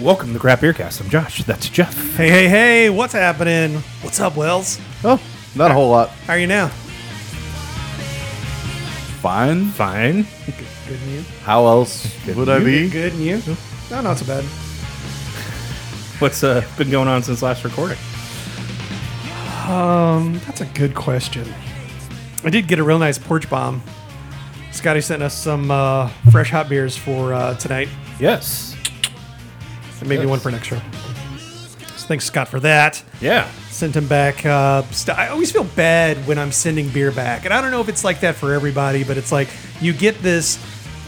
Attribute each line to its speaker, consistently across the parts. Speaker 1: Welcome to Crap Beercast. I'm Josh. That's Jeff.
Speaker 2: Hey, hey, hey, what's happening? What's up, Wells?
Speaker 3: Oh, not a whole lot.
Speaker 2: How are you now?
Speaker 3: Fine.
Speaker 1: Fine.
Speaker 2: Good and you?
Speaker 3: How else would I be?
Speaker 2: Good and you? No, not so bad.
Speaker 1: What's uh, been going on since last recording?
Speaker 2: Um, that's a good question. I did get a real nice porch bomb. Scotty sent us some uh, fresh hot beers for uh, tonight,
Speaker 1: Yes.
Speaker 2: and maybe one for next show. So thanks, Scott, for that.
Speaker 1: Yeah.
Speaker 2: Sent him back. Uh, st- I always feel bad when I'm sending beer back, and I don't know if it's like that for everybody, but it's like you get this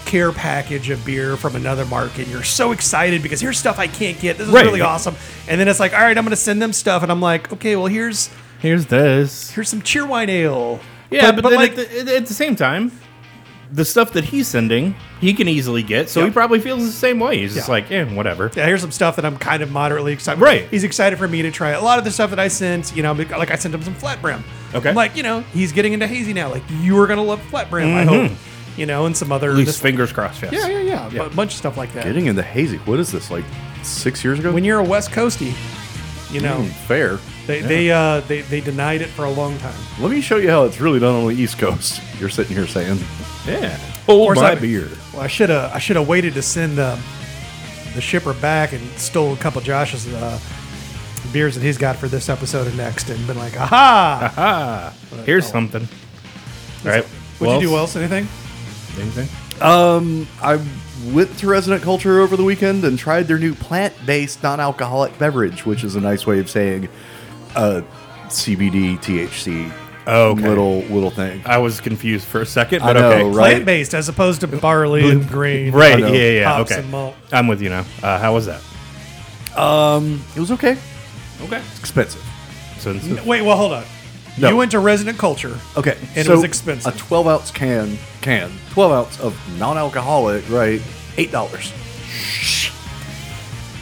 Speaker 2: care package of beer from another market. You're so excited because here's stuff I can't get. This is
Speaker 1: Right.
Speaker 2: really awesome, and then it's like, all right, I'm going to send them stuff, and I'm like, okay, well here's
Speaker 1: Here's this.
Speaker 2: here's some cheerwine ale.
Speaker 1: Yeah, but, then
Speaker 2: like,
Speaker 1: at, the, at- at the same time, the stuff that he's sending, he can easily get, so
Speaker 2: Yeah.
Speaker 1: he probably feels the same way. He's just
Speaker 2: Yeah.
Speaker 1: like, eh, whatever.
Speaker 2: yeah, here's some stuff that I'm kind of moderately excited.
Speaker 1: Right.
Speaker 2: he's excited for me to try. it. A lot of the stuff that I sent, you know, like I sent him some flat brim.
Speaker 1: Okay.
Speaker 2: I'm like you know, he's getting into hazy now. Like you are going to love flat brim, I hope. You know, and some other
Speaker 1: Mm-hmm. At least
Speaker 2: this-
Speaker 1: fingers crossed, yes.
Speaker 2: Yeah, yeah, yeah. A bunch of stuff like that.
Speaker 3: Getting into hazy. What is this? Like six years ago?
Speaker 2: When you're a West Coastie, you know,
Speaker 3: Mm, fair.
Speaker 2: they they, uh, they they denied it for a long time.
Speaker 3: Let me show you how it's really done on the East Coast. You're sitting here saying,
Speaker 1: Yeah.
Speaker 3: "Hold
Speaker 2: course
Speaker 3: my
Speaker 2: I-
Speaker 3: beer."
Speaker 2: Well, I should have I should have waited to send um, the shipper back and stole a couple Josh's uh, beers that he's got for this episode and next, and been like, aha.
Speaker 1: Ah, here's something. All right.
Speaker 2: Would you do Wells anything?
Speaker 1: Anything?
Speaker 3: Um, I went to Resident Culture over the weekend and tried their new plant-based non-alcoholic beverage, which is a nice way of saying, uh, CBD, THC,
Speaker 1: Oh, Okay.
Speaker 3: little little thing.
Speaker 1: I was confused for a second,
Speaker 3: I
Speaker 1: but
Speaker 3: know,
Speaker 1: okay.
Speaker 3: Right.
Speaker 2: Plant based as opposed to barley and grain.
Speaker 1: Right.
Speaker 3: I
Speaker 1: Yeah,
Speaker 3: know.
Speaker 1: yeah, yeah.
Speaker 2: Hops
Speaker 1: Okay.
Speaker 2: and malt.
Speaker 1: I'm with you now. Uh, how was that?
Speaker 3: Um, it was okay.
Speaker 1: Okay.
Speaker 3: Expensive.
Speaker 1: So it's-
Speaker 2: Wait, well, hold on.
Speaker 3: No.
Speaker 2: You went to Resident Culture.
Speaker 3: Okay,
Speaker 2: And it was expensive.
Speaker 3: A twelve ounce can can twelve ounce of non alcoholic, right? Eight dollars.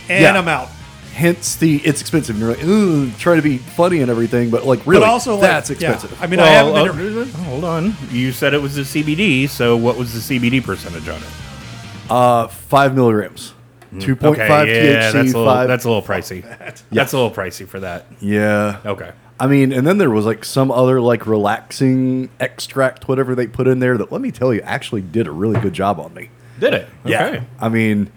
Speaker 2: And
Speaker 3: Yeah.
Speaker 2: I'm out.
Speaker 3: Hence the it's expensive. And you're like, ooh, try to be funny and everything, but like really,
Speaker 2: but also, like,
Speaker 3: that's
Speaker 2: yeah.
Speaker 3: expensive.
Speaker 2: I mean, I
Speaker 1: Well,
Speaker 2: haven't been to
Speaker 1: uh, hold on. You said it was the CBD, so what was the CBD percentage on it?
Speaker 3: uh, five milligrams, two point
Speaker 1: Mm,
Speaker 3: five
Speaker 1: yeah,
Speaker 3: THC,
Speaker 1: that's a little,
Speaker 3: five.
Speaker 1: that's a little pricey. That's a little pricey for that.
Speaker 3: yeah.
Speaker 1: Okay.
Speaker 3: I mean, and then there was like some other like relaxing extract, whatever they put in there. That let me tell you, actually did a really good job on me.
Speaker 1: Did it? Okay.
Speaker 3: I mean,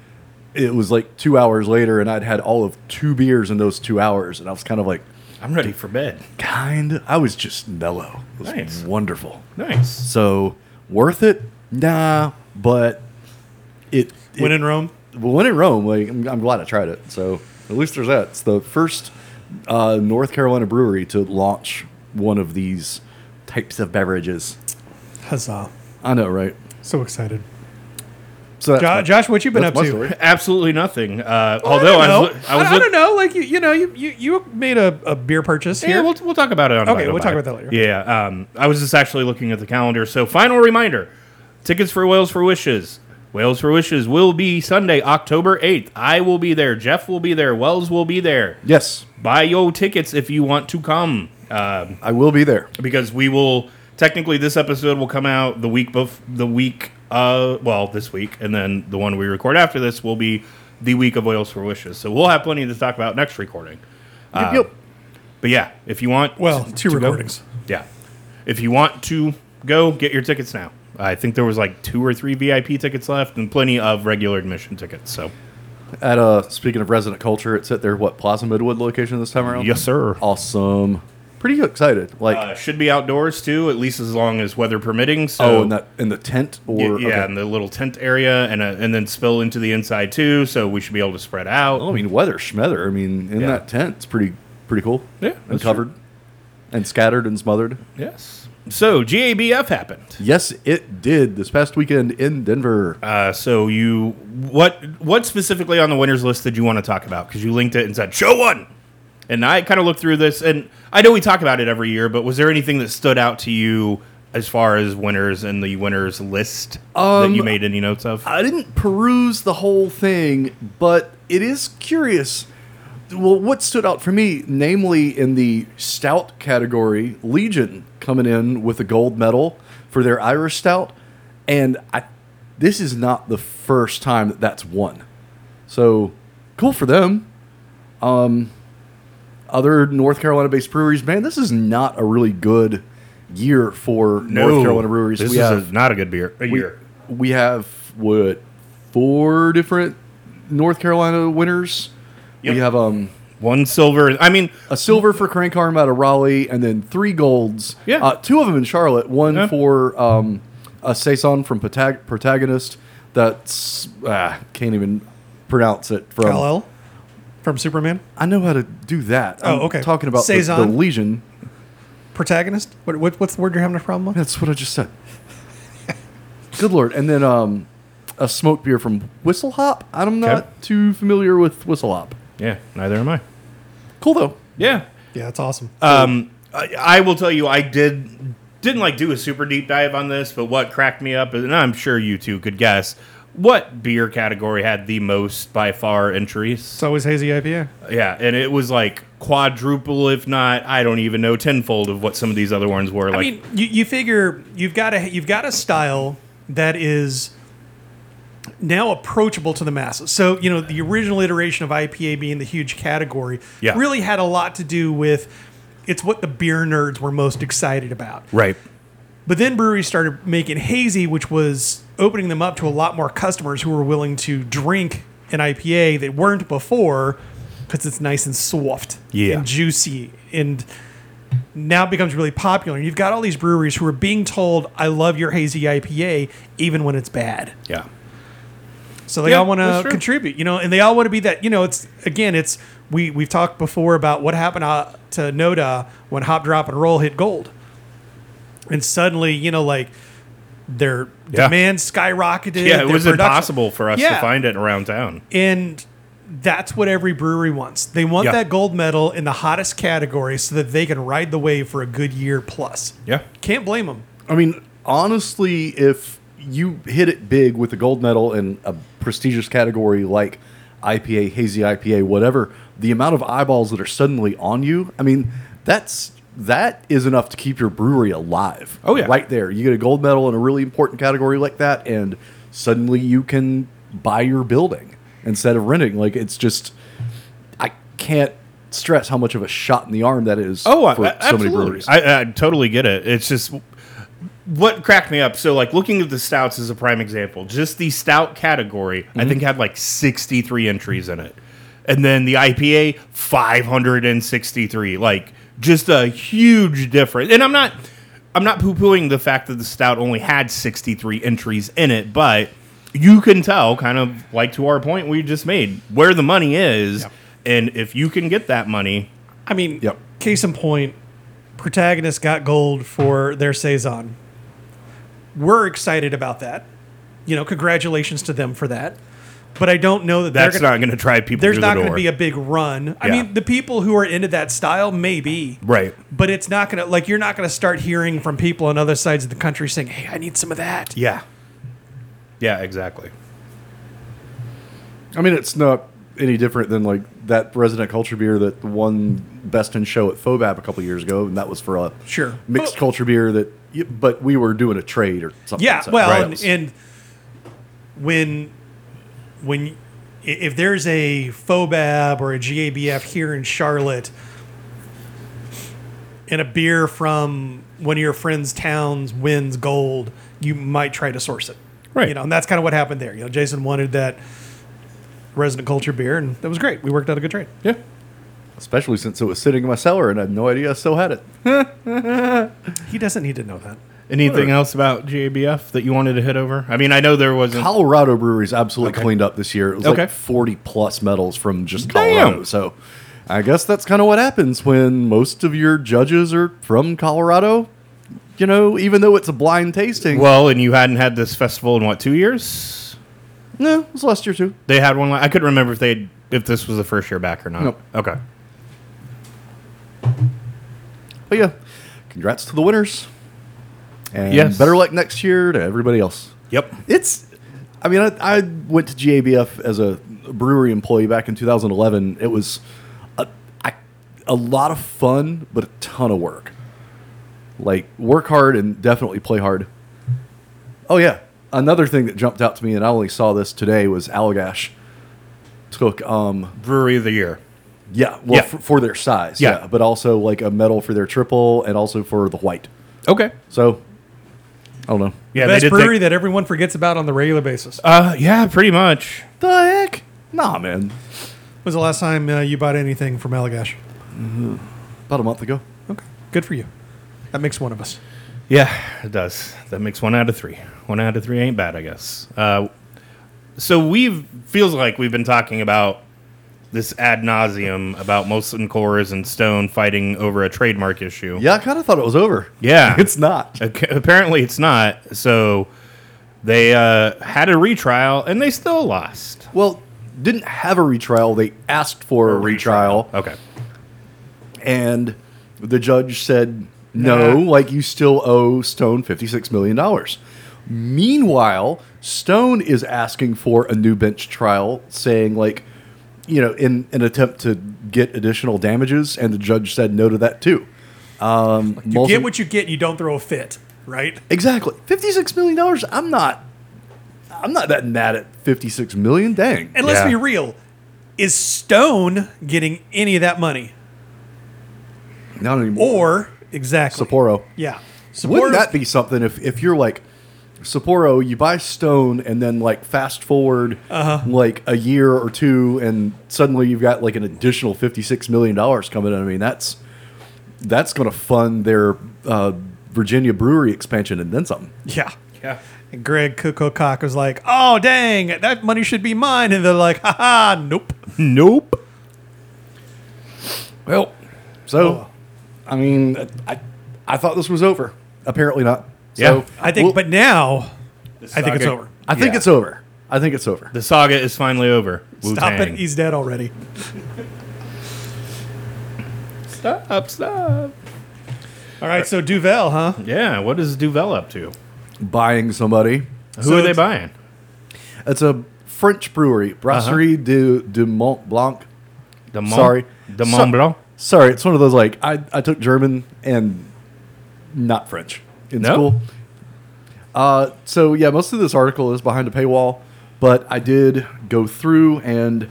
Speaker 3: it was like two hours later, and I'd had all of two beers in those two hours, and I was kind of like,
Speaker 1: I'm ready for bed.
Speaker 3: kind. I was just mellow. It was
Speaker 1: Nice.
Speaker 3: wonderful.
Speaker 1: Nice.
Speaker 3: So worth it? Nah, but it. it
Speaker 2: When in Rome.
Speaker 3: well, when in Rome, like I'm, I'm glad I tried it. So at least there's that. It's the first uh, North Carolina brewery to launch one of these types of beverages.
Speaker 2: Huzzah.
Speaker 3: I know, right?
Speaker 2: So excited.
Speaker 3: So that's
Speaker 2: Jo-
Speaker 3: my-
Speaker 2: Josh, what you been
Speaker 3: that's
Speaker 2: up to?
Speaker 3: my story.
Speaker 1: Absolutely nothing. Uh, although
Speaker 2: I
Speaker 1: I,
Speaker 2: don't know.
Speaker 1: was, lo- I was
Speaker 2: I, I don't know. Like you, you know, you you, you made a, a beer purchase
Speaker 1: Yeah,
Speaker 2: here.
Speaker 1: we'll, we'll talk about it on
Speaker 2: Okay,
Speaker 1: Vinyl
Speaker 2: we'll talk
Speaker 1: Vibe.
Speaker 2: about that later.
Speaker 1: Yeah, um, I was just actually looking at the calendar. So, final reminder tickets for Whales for Wishes. Whales for Wishes will be Sunday, October 8th. I will be there. Jeff will be there. Wells will be there.
Speaker 3: Yes,
Speaker 1: Buy your tickets if you want to come um,
Speaker 3: I will be there.
Speaker 1: because we will technically this episode will come out the week bef- the week uh well this week and then the one we record after this will be the week of Whales for Wishes. So we'll have plenty to talk about next recording. Ah.
Speaker 3: Yep, yep.
Speaker 1: But yeah, if you want
Speaker 2: well,
Speaker 1: to-
Speaker 2: two
Speaker 1: to go-
Speaker 2: recordings.
Speaker 1: yeah. If you want to go, get your tickets now. I think there was like two or three VIP tickets left and plenty of regular admission tickets. So,
Speaker 3: At uh, speaking of resident culture, it's at their what Plaza Midwood location this time around.
Speaker 1: yes, sir.
Speaker 3: awesome. Pretty excited. Like
Speaker 1: Uh, should be outdoors too, at least as long as weather permitting. So,
Speaker 3: oh, in that in the tent
Speaker 1: Y-
Speaker 3: or
Speaker 1: yeah,
Speaker 3: okay.
Speaker 1: in the little tent area, and uh, and then spill into the inside too. So we should be able to spread out.
Speaker 3: Well, I mean, weather schmeather. I mean, in
Speaker 1: Yeah.
Speaker 3: that tent, it's pretty pretty cool.
Speaker 1: Yeah,
Speaker 3: and
Speaker 1: that's
Speaker 3: covered, and scattered and smothered.
Speaker 1: Yes. So GABF happened.
Speaker 3: Yes, it did this past weekend in Denver.
Speaker 1: Uh, so you what what specifically on the winners list did you want to talk about? Because you linked it and said show one, and I kind of looked through this, and I know we talk about it every year, but was there anything that stood out to you as far as winners and the winners list
Speaker 3: Um,
Speaker 1: that you made any notes of?
Speaker 3: I didn't peruse the whole thing, but it is curious. Well, what stood out for me, namely in the stout category, Legion coming in with a gold medal for their Irish stout, and I, this is not the first time that that's won. So cool for them. Um, other North Carolina based breweries, man, this is not a really good year for North Carolina breweries.
Speaker 1: This
Speaker 3: we
Speaker 1: is
Speaker 3: have,
Speaker 1: a- not a good beer. A
Speaker 3: we,
Speaker 1: year.
Speaker 3: we have what four different North Carolina winners.
Speaker 1: Yep.
Speaker 3: We have um
Speaker 1: One silver. I mean,
Speaker 3: a silver for Crank Arm out of Raleigh, and then three golds.
Speaker 1: Yeah.
Speaker 3: uh, two of them in Charlotte. One
Speaker 1: Yeah.
Speaker 3: for um, a saison from Protag- protagonist. That's ah, can't even pronounce it from.
Speaker 2: LL from Superman,
Speaker 3: I know how to do that.
Speaker 2: Oh,
Speaker 3: I'm
Speaker 2: okay.
Speaker 3: Talking about the, the
Speaker 2: Saison?
Speaker 3: Legion.
Speaker 2: protagonist. What, what, what's the word you're having a problem with?
Speaker 3: That's what I just said. Good lord! And then um, a smoked beer from Whistle Hop. I'm not
Speaker 1: Okay.
Speaker 3: too familiar with Whistle Hop.
Speaker 1: yeah, neither am I.
Speaker 3: Cool though.
Speaker 1: Yeah.
Speaker 2: Yeah, it's awesome.
Speaker 1: Um, I, I will tell you, I did didn't like do a super deep dive on this, but what cracked me up, and I'm sure you two could guess, what beer category had the most by far entries?
Speaker 2: it's always hazy IPA.
Speaker 1: Yeah, and it was like quadruple, if not, I don't even know, tenfold of what some of these other ones were. Like,
Speaker 2: I mean, you, you figure you've got a you've got a style that is now approachable to the masses. So you know the original iteration of IPA being the huge category
Speaker 1: Yeah.
Speaker 2: really had a lot to do with it's what the beer nerds were most excited about.
Speaker 1: right?
Speaker 2: But then breweries started making hazy, which was opening them up to a lot more customers who were willing to drink an IPA that weren't before because it's nice and soft
Speaker 1: Yeah.
Speaker 2: and juicy and now it becomes really popular. You've got all these breweries who are being told, I love your hazy IPA, even when it's bad.
Speaker 1: Yeah,
Speaker 2: So they
Speaker 1: Yeah,
Speaker 2: all want
Speaker 1: that's
Speaker 2: to
Speaker 1: true.
Speaker 2: contribute, you know, and they all want to be that, you know, it's again, it's we we've talked before about what happened uh, to Noda when Hop Drop and Roll hit gold. And suddenly, you know, like their
Speaker 1: Yeah.
Speaker 2: demand skyrocketed.
Speaker 1: yeah. It
Speaker 2: their
Speaker 1: was
Speaker 2: production-
Speaker 1: impossible for us
Speaker 2: Yeah.
Speaker 1: to find it around town.
Speaker 2: And that's what every brewery wants. They want
Speaker 1: Yeah.
Speaker 2: that gold medal in the hottest category so that they can ride the wave for a good year plus.
Speaker 1: Yeah,
Speaker 2: Can't blame them.
Speaker 3: I mean, honestly, if you hit it big with a gold medal in a prestigious category like IPA, hazy IPA, whatever, the amount of eyeballs that are suddenly on you, I mean, that's that is enough to keep your brewery alive.
Speaker 1: Oh, yeah.
Speaker 3: Right there. You get a gold medal in a really important category like that and suddenly you can buy your building instead of renting. Like it's just I can't stress how much of a shot in the arm that is
Speaker 1: Oh, I-
Speaker 3: for
Speaker 1: I-
Speaker 3: so
Speaker 1: absolutely.
Speaker 3: many breweries.
Speaker 1: I, I totally get it. It's just what cracked me up. So, like looking at the stouts is a prime example. Just the stout category, I think had like sixty three entries in it, and then the IPA five hundred and sixty three. Like just a huge difference. And I'm not, I'm not poo pooing the fact that the stout only had sixty three entries in it, but you can tell, kind of like to our point we just made, where the money is, and if you can get that money.
Speaker 2: I mean,
Speaker 3: Yep.
Speaker 2: case in point, protagonist got gold for their saison. We're excited about that. You know, congratulations to them for that. But I don't know that they're
Speaker 1: That's
Speaker 2: gonna-
Speaker 1: not going to drive people.
Speaker 2: there's
Speaker 1: through
Speaker 2: not
Speaker 1: the
Speaker 2: going to
Speaker 1: door.
Speaker 2: be a big run. I
Speaker 1: Yeah.
Speaker 2: mean, the people who are into that style maybe.
Speaker 1: Right.
Speaker 2: But it's not going to like you're not going to start hearing from people on other sides of the country saying, "Hey, I need some of that."
Speaker 1: Yeah. Yeah, exactly.
Speaker 3: I mean, it's not any different than like that resident culture beer that won best in show at Fobab a couple years ago, and that was for a
Speaker 2: Sure.
Speaker 3: mixed
Speaker 2: Oh.
Speaker 3: culture beer that. y- But we were doing a trade or something.
Speaker 2: Yeah,
Speaker 3: so-
Speaker 2: well,
Speaker 1: right.
Speaker 2: and, and when when i- if there's a FOBAB or a GABF here in Charlotte, and a beer from one of your friends' towns wins gold, you might try to source it,
Speaker 1: Right.
Speaker 2: You know, and that's kind of what happened there. You know, Jason wanted that resident culture beer, and that was great. We worked out a good trade.
Speaker 3: yeah. Especially since it was sitting in my cellar and I had no idea I still had it.
Speaker 2: He doesn't need to know that.
Speaker 1: Anything else about GABF that you wanted to hit over? I mean, I know there wasn't.
Speaker 3: Colorado breweries absolutely cleaned up this year. It was
Speaker 1: Okay.
Speaker 3: like forty plus medals from just
Speaker 1: Damn.
Speaker 3: Colorado. So, I guess that's kind of what happens when most of your judges are from Colorado. You know, even though it's a blind tasting.
Speaker 1: well, and you hadn't had this festival in what two years?
Speaker 3: no, it was last year too.
Speaker 1: They had one. la- I couldn't remember if they if this was the first year back or not.
Speaker 3: Nope.
Speaker 1: Okay.
Speaker 3: But yeah, congrats to the winners. And
Speaker 1: Yes.
Speaker 3: better luck next year to everybody else.
Speaker 1: Yep.
Speaker 3: It's, I mean, I, I went to GABF as a brewery employee back in 2011. It was a, I, a lot of fun, but a ton of work. Like, work hard and definitely play hard. Oh, yeah. Another thing that jumped out to me, and I only saw this today, was Allagash. took um
Speaker 1: Brewery of the year.
Speaker 3: yeah
Speaker 1: Yeah.
Speaker 3: well For, for their size
Speaker 1: Yeah.
Speaker 3: but also like a medal for their triple and also for the white.
Speaker 1: Okay.
Speaker 3: So I don't know.
Speaker 1: Yeah,
Speaker 2: Best
Speaker 1: they did
Speaker 2: brewery
Speaker 1: Think,
Speaker 2: that everyone forgets about on the regular basis.
Speaker 1: uh, yeah, pretty much.
Speaker 3: The heck? Nah, man.
Speaker 2: When's the last time uh, you bought anything from Allagash?
Speaker 3: About a month ago.
Speaker 2: Okay, good for you. That makes one of us.
Speaker 1: Yeah, it does. That makes one out of three. One out of three ain't bad, I guess. Uh, so we've feels like we've been talking about this ad nauseum about Molson Coors and Stone fighting over a trademark issue.
Speaker 3: Yeah, I kind of thought it was over.
Speaker 1: Yeah.
Speaker 3: It's not.
Speaker 1: Ac- Apparently, it's not. So they uh, had a retrial and they still lost.
Speaker 3: Well, didn't have a retrial. They asked for a retrial,
Speaker 1: Okay.
Speaker 3: and the judge said no.
Speaker 2: Nah.
Speaker 3: Like you still owe Stone fifty-six million dollars. Meanwhile, Stone is asking for a new bench trial, saying like, you know, in an attempt to get additional damages, and the judge said no to that too. Um,
Speaker 2: You get what you get. You don't throw a fit, right?
Speaker 3: exactly fifty-six million dollars. I'm not. I'm not that mad at fifty-six million. Dang.
Speaker 2: And let's
Speaker 1: Yeah.
Speaker 2: be real. Is Stone getting any of that money?
Speaker 3: Not anymore.
Speaker 2: Or exactly
Speaker 3: Sapporo.
Speaker 2: Yeah.
Speaker 3: Wouldn't
Speaker 2: Sapporo-
Speaker 3: that be something if, if you're like Sapporo, you buy Stone, and then like fast forward like a year or two, and suddenly you've got like an additional fifty six million dollars coming in. I mean, that's that's going to fund their uh, Virginia brewery expansion and then something.
Speaker 2: Yeah.
Speaker 1: Yeah.
Speaker 2: And Greg Kukocock was like, "Oh dang, that money should be mine," and they're like, "Ha ha, nope."
Speaker 1: Nope.
Speaker 3: Well, so I mean, I I thought this was over. Apparently not.
Speaker 1: Yeah.
Speaker 3: so,
Speaker 2: I think,
Speaker 3: we'll-
Speaker 2: but now I think it's
Speaker 1: saga-
Speaker 2: over.
Speaker 3: I think
Speaker 1: yeah.
Speaker 3: it's over. I think it's over.
Speaker 1: The saga is finally over.
Speaker 2: Stop
Speaker 1: Wu-Tang.
Speaker 2: it. He's dead already.
Speaker 1: Stop, stop.
Speaker 2: All right, so Duvel, huh?
Speaker 1: Yeah, what is Duvel up to?
Speaker 3: Buying somebody.
Speaker 1: Who
Speaker 2: So
Speaker 1: are they
Speaker 2: it's-
Speaker 1: buying?
Speaker 3: It's a French brewery, Brasserie du, du Mont Blanc.
Speaker 1: The
Speaker 3: Sorry.
Speaker 1: The
Speaker 3: So-
Speaker 1: Mont Blanc?
Speaker 3: Sorry, it's one of those like I, I took German and not French in
Speaker 1: No?
Speaker 3: school. Uh, so yeah, most of this article is behind a paywall, but I did go through and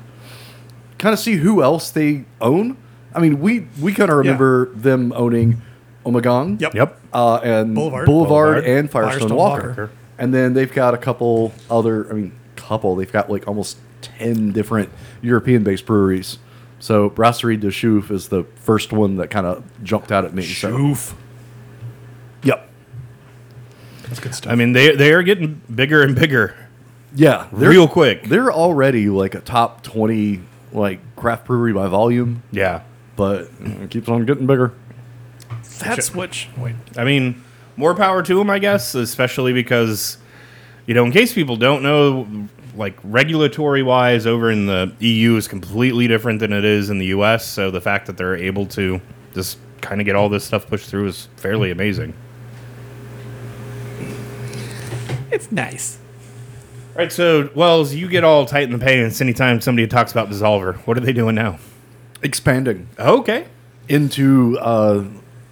Speaker 3: kind of see who else they own. I mean, we we kind of remember them owning Omagong,
Speaker 2: Yep.
Speaker 1: Yep.
Speaker 3: uh, and Boulevard,
Speaker 2: Boulevard.
Speaker 1: Boulevard.
Speaker 3: and Firestone,
Speaker 2: Firestone
Speaker 3: Walker.
Speaker 2: Walker.
Speaker 3: and then they've got a couple other. I mean, couple. They've got like almost ten different European-based breweries. So Brasserie de Chouf is the first one that kind of jumped out at me. So
Speaker 2: Oof.
Speaker 3: yep,
Speaker 2: That's good stuff.
Speaker 1: I mean, they they are getting bigger and bigger,
Speaker 3: yeah, they're,
Speaker 1: real quick.
Speaker 3: They're already like a top twenty like craft brewery by volume,
Speaker 1: Yeah,
Speaker 3: but it keeps on getting bigger.
Speaker 2: That's what. sh- Wait.
Speaker 1: I mean, more power to them, I guess. Especially because, you know, in case people don't know, like regulatory wise, over in the EU is completely different than it is in the U.S. So the fact that they're able to just kind of get all this stuff pushed through is fairly amazing.
Speaker 2: It's nice.
Speaker 1: All right, so Wells, you get all tight in the pants anytime somebody talks about Dissolver. What are they doing now?
Speaker 3: Expanding
Speaker 1: Okay.
Speaker 3: into uh,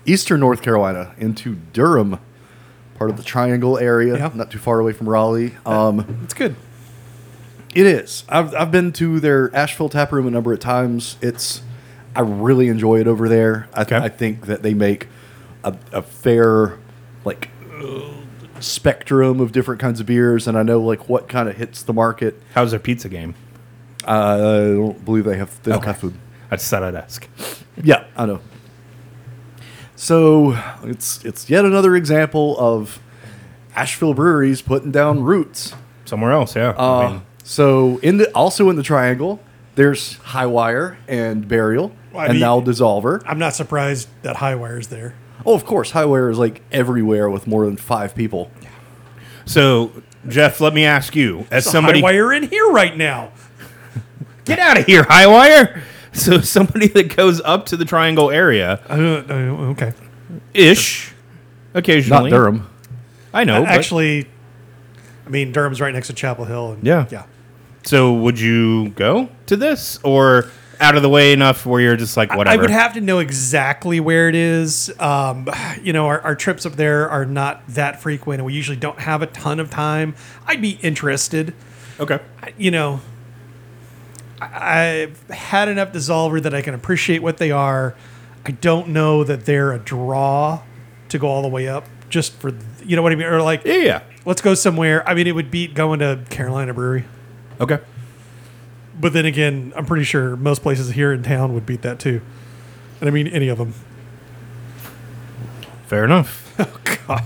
Speaker 3: eastern North Carolina, into Durham, part of the Triangle area,
Speaker 2: Yeah.
Speaker 3: not too far away from Raleigh. Um,
Speaker 2: It's good.
Speaker 3: it is. I've, I've been to their Asheville tap room a number of times. It's I really enjoy it over there. I,
Speaker 1: Okay.
Speaker 3: I think that they make a, a fair like spectrum of different kinds of beers, and I know like what kind of hits the market.
Speaker 1: How's their pizza game?
Speaker 3: Uh, I don't believe they have they don't have food.
Speaker 1: I just thought I'd ask.
Speaker 3: Yeah, I know. So it's it's yet another example of Asheville breweries putting down roots.
Speaker 1: Somewhere else, yeah. I
Speaker 3: Uh,
Speaker 1: mean,
Speaker 3: so in the also in the triangle, there's High Wire and Burial,
Speaker 2: Well, I
Speaker 3: and
Speaker 2: mean-
Speaker 3: now Dissolver.
Speaker 2: I'm not surprised that Highwire's there.
Speaker 3: Oh, of course, High Wire is like everywhere with more than five people.
Speaker 1: so, Jeff, let me ask you, as
Speaker 2: Somebody
Speaker 1: somebody
Speaker 2: Highwire in here right now.
Speaker 1: get out of here, high wire. So, somebody that goes up to the triangle area
Speaker 2: Uh, uh, okay.
Speaker 1: ish,
Speaker 3: Not
Speaker 1: occasionally.
Speaker 3: Durham.
Speaker 1: I know. Actually,
Speaker 2: Actually, I mean Durham's right next to Chapel Hill. And
Speaker 1: Yeah.
Speaker 2: Yeah.
Speaker 1: so would you go to this or out of the way enough where you're just like whatever?
Speaker 2: I would have to know exactly where it is. Um, you know, our, our trips up there are not that frequent, and we usually don't have a ton of time. I'd be interested.
Speaker 1: okay.
Speaker 2: You know, I've had enough dissolver that I can appreciate what they are. I don't know that they're a draw to go all the way up just for you know what I mean, or like
Speaker 1: Yeah, yeah.
Speaker 2: let's go somewhere. I mean, it would beat going to Carolina Brewery,
Speaker 1: Okay.
Speaker 2: but then again, I'm pretty sure most places here in town would beat that too. And I mean, any of them.
Speaker 1: Fair enough.
Speaker 2: Oh,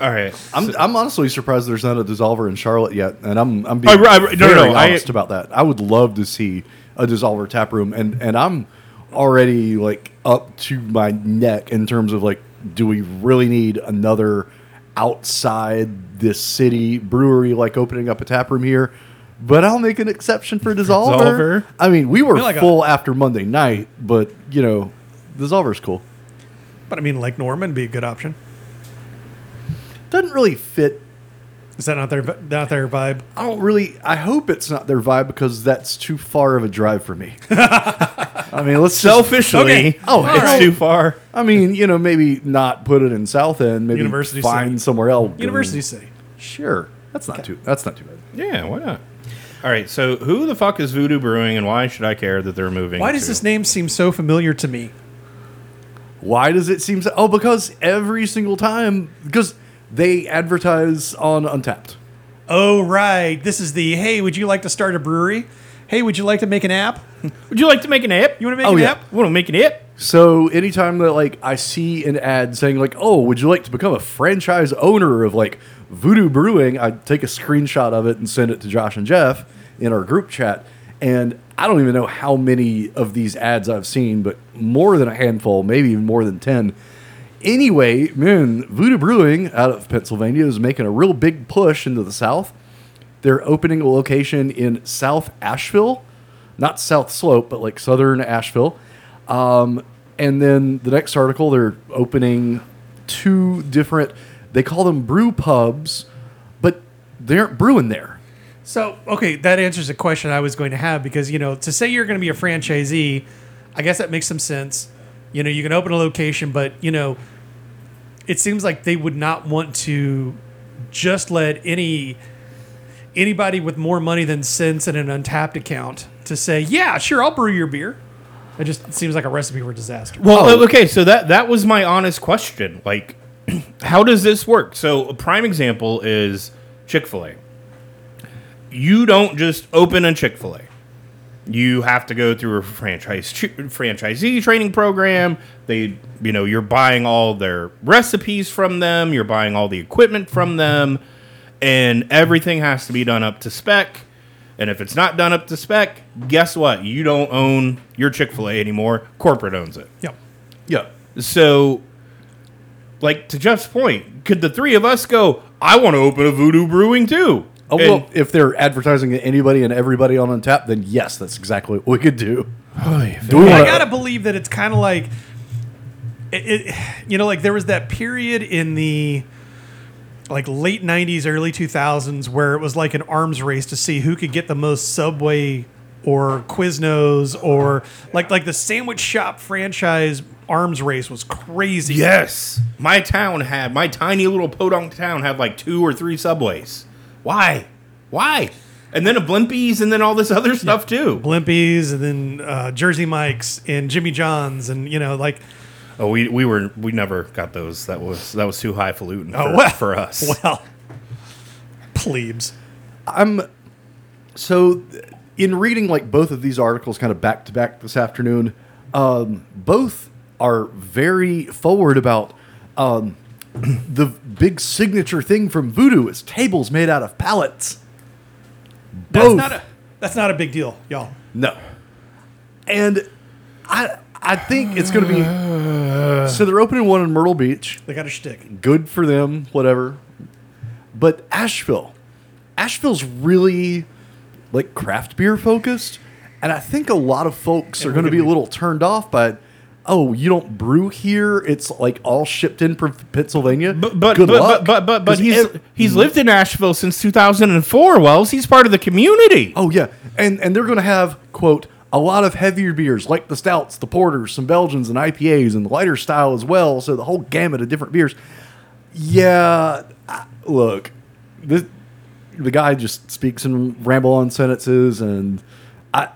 Speaker 1: All right.
Speaker 3: I'm, I'm honestly surprised there's not a dissolver in Charlotte yet, and I'm I'm
Speaker 1: I-
Speaker 3: being
Speaker 1: I- no,
Speaker 3: very
Speaker 1: no, no, I-
Speaker 3: honest about that. I would love to see a dissolver tap room, and and I'm already like up to my neck in terms of like, do we really need another outside this city brewery like opening up a tap room here? But I'll make an exception for dissolver.
Speaker 1: Dissolver?
Speaker 3: I mean, we were
Speaker 2: Feel like a-
Speaker 3: full after Monday night, but you know, dissolver's cool.
Speaker 2: But I mean, Lake Norman would be a good option.
Speaker 3: Doesn't really fit
Speaker 2: Is that not their not their vibe?
Speaker 3: I don't really. I hope it's not their vibe because that's too far of a drive for me. I mean, let's just,
Speaker 1: Selfishly,
Speaker 2: Okay.
Speaker 1: oh,
Speaker 3: Oh,
Speaker 1: it's
Speaker 3: alright.
Speaker 1: too far.
Speaker 3: I mean, you know, maybe not put it in South End. Maybe
Speaker 2: University
Speaker 3: find
Speaker 2: City.
Speaker 3: somewhere else.
Speaker 2: University City.
Speaker 3: Sure, that's not too. That's not too bad.
Speaker 1: Yeah, why not? All right. So, who the fuck is Voodoo Brewing, and why should I care that they're moving?
Speaker 2: Why does
Speaker 1: to-
Speaker 2: this name seem so familiar to me?
Speaker 3: Why does it seem so? Oh, because every single time, because they advertise on Untapped.
Speaker 2: Oh right, this is the hey. Would you like to start a brewery? Hey, would you like to make an app?
Speaker 1: Would you like to make an app?
Speaker 2: You want to make
Speaker 3: Oh,
Speaker 2: an
Speaker 3: yeah.
Speaker 2: app?
Speaker 1: want to make an app?
Speaker 3: So anytime that like I see an ad saying like, "Oh, would you like to become a franchise owner of like Voodoo Brewing?" I take a screenshot of it and send it to Josh and Jeff in our group chat. And I don't even know how many of these ads I've seen, but more than a handful, maybe even more than 10. Anyway, man, Voodoo Brewing out of Pennsylvania is making a real big push into the South. They're opening a location in South Asheville, not South Slope, but like Southern Asheville. Um, and then the next article, they're opening two different, they call them brew pubs, but they aren't brewing there.
Speaker 2: So okay, that answers a question I was going to have because you know to say you're going to be a franchisee, I guess that makes some sense. You know, you can open a location, but you know, it seems like they would not want to just let any anybody with more money than sense in an untapped account to say, yeah, sure, I'll brew your beer. It just seems like a recipe for disaster.
Speaker 1: Well,
Speaker 3: Oh.
Speaker 1: okay, so that that was my honest question. Like, how does this work? So, a prime example is Chick Fil A. You don't just open a Chick Fil A. You have to go through a franchise ch- franchisee training program. They, you know, you're buying all their recipes from them. You're buying all the equipment from them, and everything has to be done up to spec. And if it's not done up to spec, guess what? You don't own your Chick Fil A anymore. Corporate owns it.
Speaker 2: Yep.
Speaker 3: Yeah.
Speaker 1: So, like to Jeff's point, could the three of us go? I want to open a Voodoo Brewing too.
Speaker 3: Oh,
Speaker 1: And-
Speaker 3: well, if they're advertising to anybody and everybody on Untapped, then yes, that's exactly what we could do. Do we
Speaker 2: I
Speaker 3: wanna-
Speaker 2: gotta believe that it's kind of like, it, it, you know, like there was that period in the like late '90s, early 2000s where it was like an arms race to see who could get the most Subway or Quiznos or like like the sandwich shop franchise arms race was crazy.
Speaker 1: yes, my town had my tiny little podunk town had like two or three subways. Why? Why? And then a Blimpies, and then all this other stuff too.
Speaker 2: Blimpies and then uh, Jersey Mike's and Jimmy John's and you know like
Speaker 1: Oh, we we were we never got those. That was that was too highfalutin for,
Speaker 2: Oh, well.
Speaker 1: for us.
Speaker 2: well plebes.
Speaker 3: I'm so th- in reading like both of these articles kind of back to back this afternoon. Um, both are very forward about um, the big signature thing from Voodoo is tables made out of pallets.
Speaker 2: That's
Speaker 3: Both.
Speaker 2: not a that's not a big deal, y'all.
Speaker 3: No. And I I think it's going to be so they're opening one in Myrtle Beach.
Speaker 2: They got a shtick.
Speaker 3: good for them, whatever. But Asheville, Asheville's really like craft beer focused, and I think a lot of folks are going to be a little turned off by, oh, you don't brew here; it's like all shipped in from Pennsylvania.
Speaker 1: But but
Speaker 3: Good
Speaker 1: but,
Speaker 3: luck.
Speaker 1: but but but but
Speaker 3: 'Cause
Speaker 1: he's
Speaker 3: ev-
Speaker 1: he's lived in Asheville since 2004. Wells, he's part of the community.
Speaker 3: oh yeah, and and they're going to have quote a lot of heavier beers like the stouts, the porters, some Belgians and IPAs, and the lighter style as well. So the whole gamut of different beers. Yeah, I- look, this, the guy just speaks in ramble on sentences, and I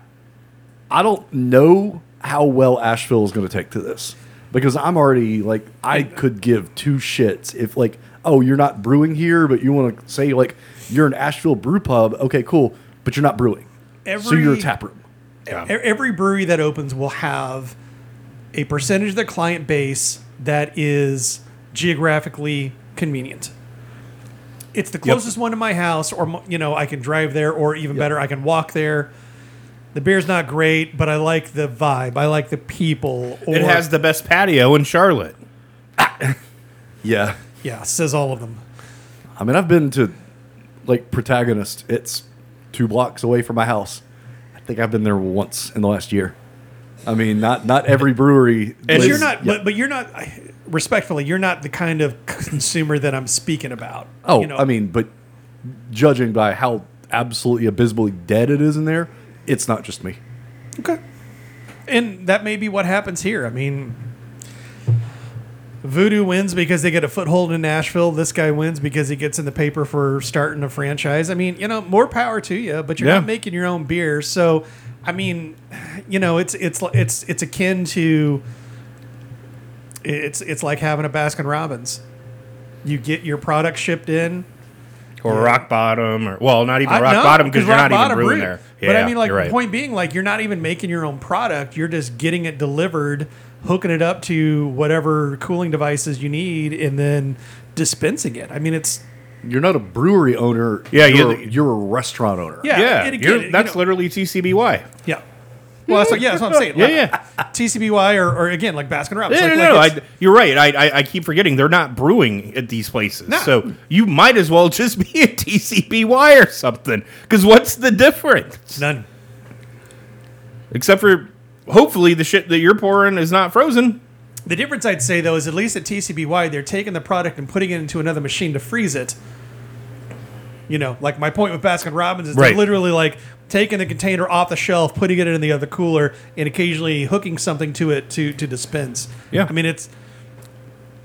Speaker 3: I don't know how well Asheville is going to take to this because I'm already like I could give two shits if like oh you're not brewing here but you want to say like you're an Asheville brew pub okay cool but you're not brewing so you're a
Speaker 2: Every-
Speaker 3: tap room
Speaker 1: Yeah.
Speaker 2: E- Every brewery that opens will have a percentage of their client base that is geographically convenient. It's the closest one to my house, or mo- you know, I can drive there, or even better, I can walk there. The beer's not great, but I like the vibe. I like the people. Or,
Speaker 1: It has the best patio in Charlotte.
Speaker 3: yeah
Speaker 2: yeah, says all of them.
Speaker 3: I mean I've been to like protagonist it's two blocks away from my house I think I've been there once in the last year I mean not not every brewery
Speaker 1: And
Speaker 2: But
Speaker 1: Please.
Speaker 2: you're not. But, but you're not. I- Respectfully, you're not the kind of consumer that I'm speaking about.
Speaker 3: Oh,
Speaker 2: You know,
Speaker 3: I mean, but judging by how absolutely abysmally dead it is in there, it's not just me.
Speaker 2: Okay. And that may be what happens here. I mean, Voodoo wins because they get a foothold in Nashville. This guy wins because he gets in the paper for starting a franchise. I mean, you know, more power to you, but you're
Speaker 1: Yeah.
Speaker 2: not making your own beer. So, I mean, you know, it's it's li- it's it's akin to it's it's like having a Baskin Robbins. You get your product shipped in,
Speaker 1: Or rock bottom, or well, not even
Speaker 2: I-
Speaker 1: rock
Speaker 2: no,
Speaker 1: bottom because you're
Speaker 2: Rock
Speaker 1: not even
Speaker 2: Bottom
Speaker 1: brewing
Speaker 2: brewed.
Speaker 1: there.
Speaker 2: but
Speaker 1: Yeah,
Speaker 2: I mean, like,
Speaker 1: you're right.
Speaker 2: the point being, like, you're not even making your own product. You're just getting it delivered, hooking it up to whatever cooling devices you need, and then dispensing it. I mean, it's
Speaker 3: You're not a brewery owner.
Speaker 1: Yeah,
Speaker 3: you're,
Speaker 1: you're the-
Speaker 3: you're a restaurant owner.
Speaker 2: yeah,
Speaker 1: yeah,
Speaker 2: and again,
Speaker 1: you're-
Speaker 2: you
Speaker 1: that's
Speaker 2: know-
Speaker 1: literally TCBY.
Speaker 2: yeah. Well, that's what, yeah, that's what I'm saying.
Speaker 1: Yeah,
Speaker 2: Like,
Speaker 1: yeah.
Speaker 2: TCBY or, or again, like Baskin Robbins.
Speaker 1: No,
Speaker 2: like,
Speaker 1: no,
Speaker 2: like
Speaker 1: no.
Speaker 2: it's-
Speaker 1: I, you're right. I, I, I keep forgetting they're not brewing at these places.
Speaker 2: No.
Speaker 1: So you might as well just be a TCBY or something. Because what's the difference?
Speaker 2: none.
Speaker 1: Except for hopefully the shit that you're pouring is not frozen.
Speaker 2: The difference I'd say though is at least at TCBY they're taking the product and putting it into another machine to freeze it. You know, like my point with Baskin Robbins is
Speaker 1: Right.
Speaker 2: they're literally like taking the container off the shelf, putting it in the other cooler, and occasionally hooking something to it to to dispense.
Speaker 1: Yeah.
Speaker 2: I mean it's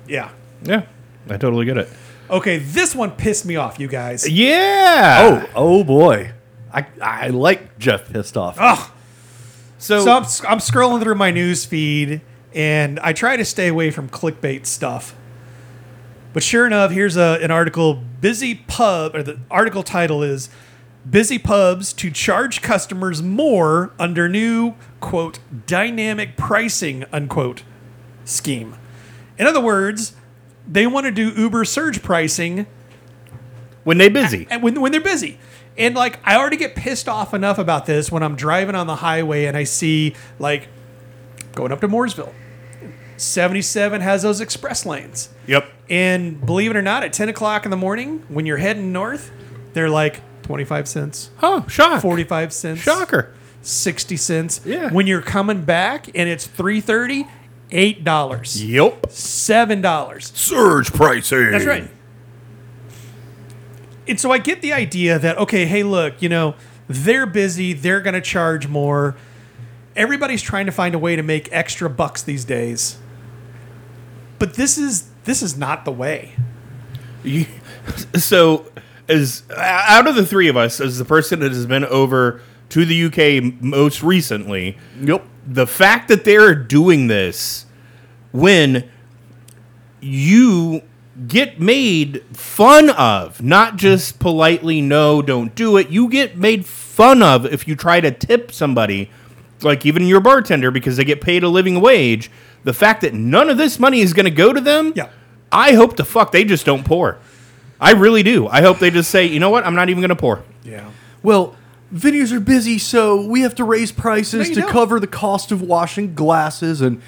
Speaker 2: yeah.
Speaker 1: Yeah, I totally get it.
Speaker 2: Okay, this one pissed me off, you guys.
Speaker 1: Yeah.
Speaker 3: Oh, oh boy. I, I like Jeff pissed off.
Speaker 2: Ugh.
Speaker 1: so,
Speaker 2: So I'm, I'm scrolling through my news feed and I try to stay away from clickbait stuff. But sure enough, here's a, an article Busy Pub, or the article title is Busy Pubs to Charge Customers More Under New, quote, Dynamic Pricing, unquote, scheme. In other words, they want to do Uber surge pricing
Speaker 1: when they busy,
Speaker 2: and when, when they're busy. And like I already get pissed off enough about this when I'm driving on the highway and I see like going up to Mooresville. 77 has those express lanes.
Speaker 1: yep.
Speaker 2: And believe it or not, at 10 o'clock in the morning, when you're heading north, they're like 25 cents,
Speaker 1: Huh? Shock.
Speaker 2: 45 cents,
Speaker 1: Shocker.
Speaker 2: 60 cents.
Speaker 1: Yeah.
Speaker 2: When you're coming back and it's 3:30, $8,
Speaker 1: Yep.
Speaker 2: $7.
Speaker 1: Surge pricing.
Speaker 2: That's right. And so I get the idea that okay, hey, look, you know, they're busy, they're going to charge more. Everybody's trying to find a way to make extra bucks these days. But this is this is not the way.
Speaker 1: You- so as out of the three of us as the person that has been over to the UK most recently
Speaker 3: Yep.
Speaker 1: the fact that they're doing this when you get made fun of not just politely no don't do it you get made fun of if you try to tip somebody like even your bartender because they get paid a living wage the fact that none of this money is going to go to them
Speaker 2: Yeah.
Speaker 1: i hope the fuck they just don't pour i really do i hope they just say you know what i'm not even going to pour
Speaker 2: Yeah.
Speaker 3: Well, venues are busy, so we have to raise prices
Speaker 2: No, you
Speaker 3: to
Speaker 2: don't.
Speaker 3: cover the cost of washing glasses and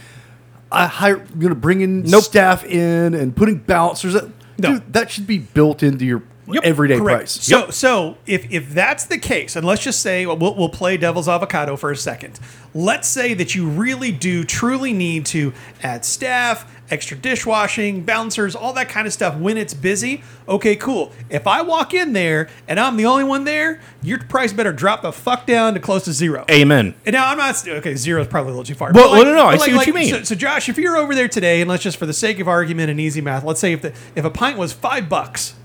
Speaker 3: I hire, you know, bringing
Speaker 1: Nope.
Speaker 3: staff in and putting bouncers.
Speaker 2: No.
Speaker 3: Dude, that should be built into your
Speaker 1: Yep,
Speaker 3: everyday
Speaker 2: Correct.
Speaker 3: price.
Speaker 2: So, so if if that's the case, and let's just say we'll, we'll play devil's avocado for a second. Let's say that you really do truly need to add staff, extra dishwashing, bouncers, all that kind of stuff when it's busy. Okay, cool. If I walk in there and I'm the only one there, your price better drop the fuck down to close to zero.
Speaker 1: amen
Speaker 2: And now I'm not okay. Zero is probably a little too far.
Speaker 1: Well, no, no, no, I see what you mean.
Speaker 2: So, so Josh, if you're over there today, and let's just for the sake of argument and easy math, let's say if the, if a pint was five bucks,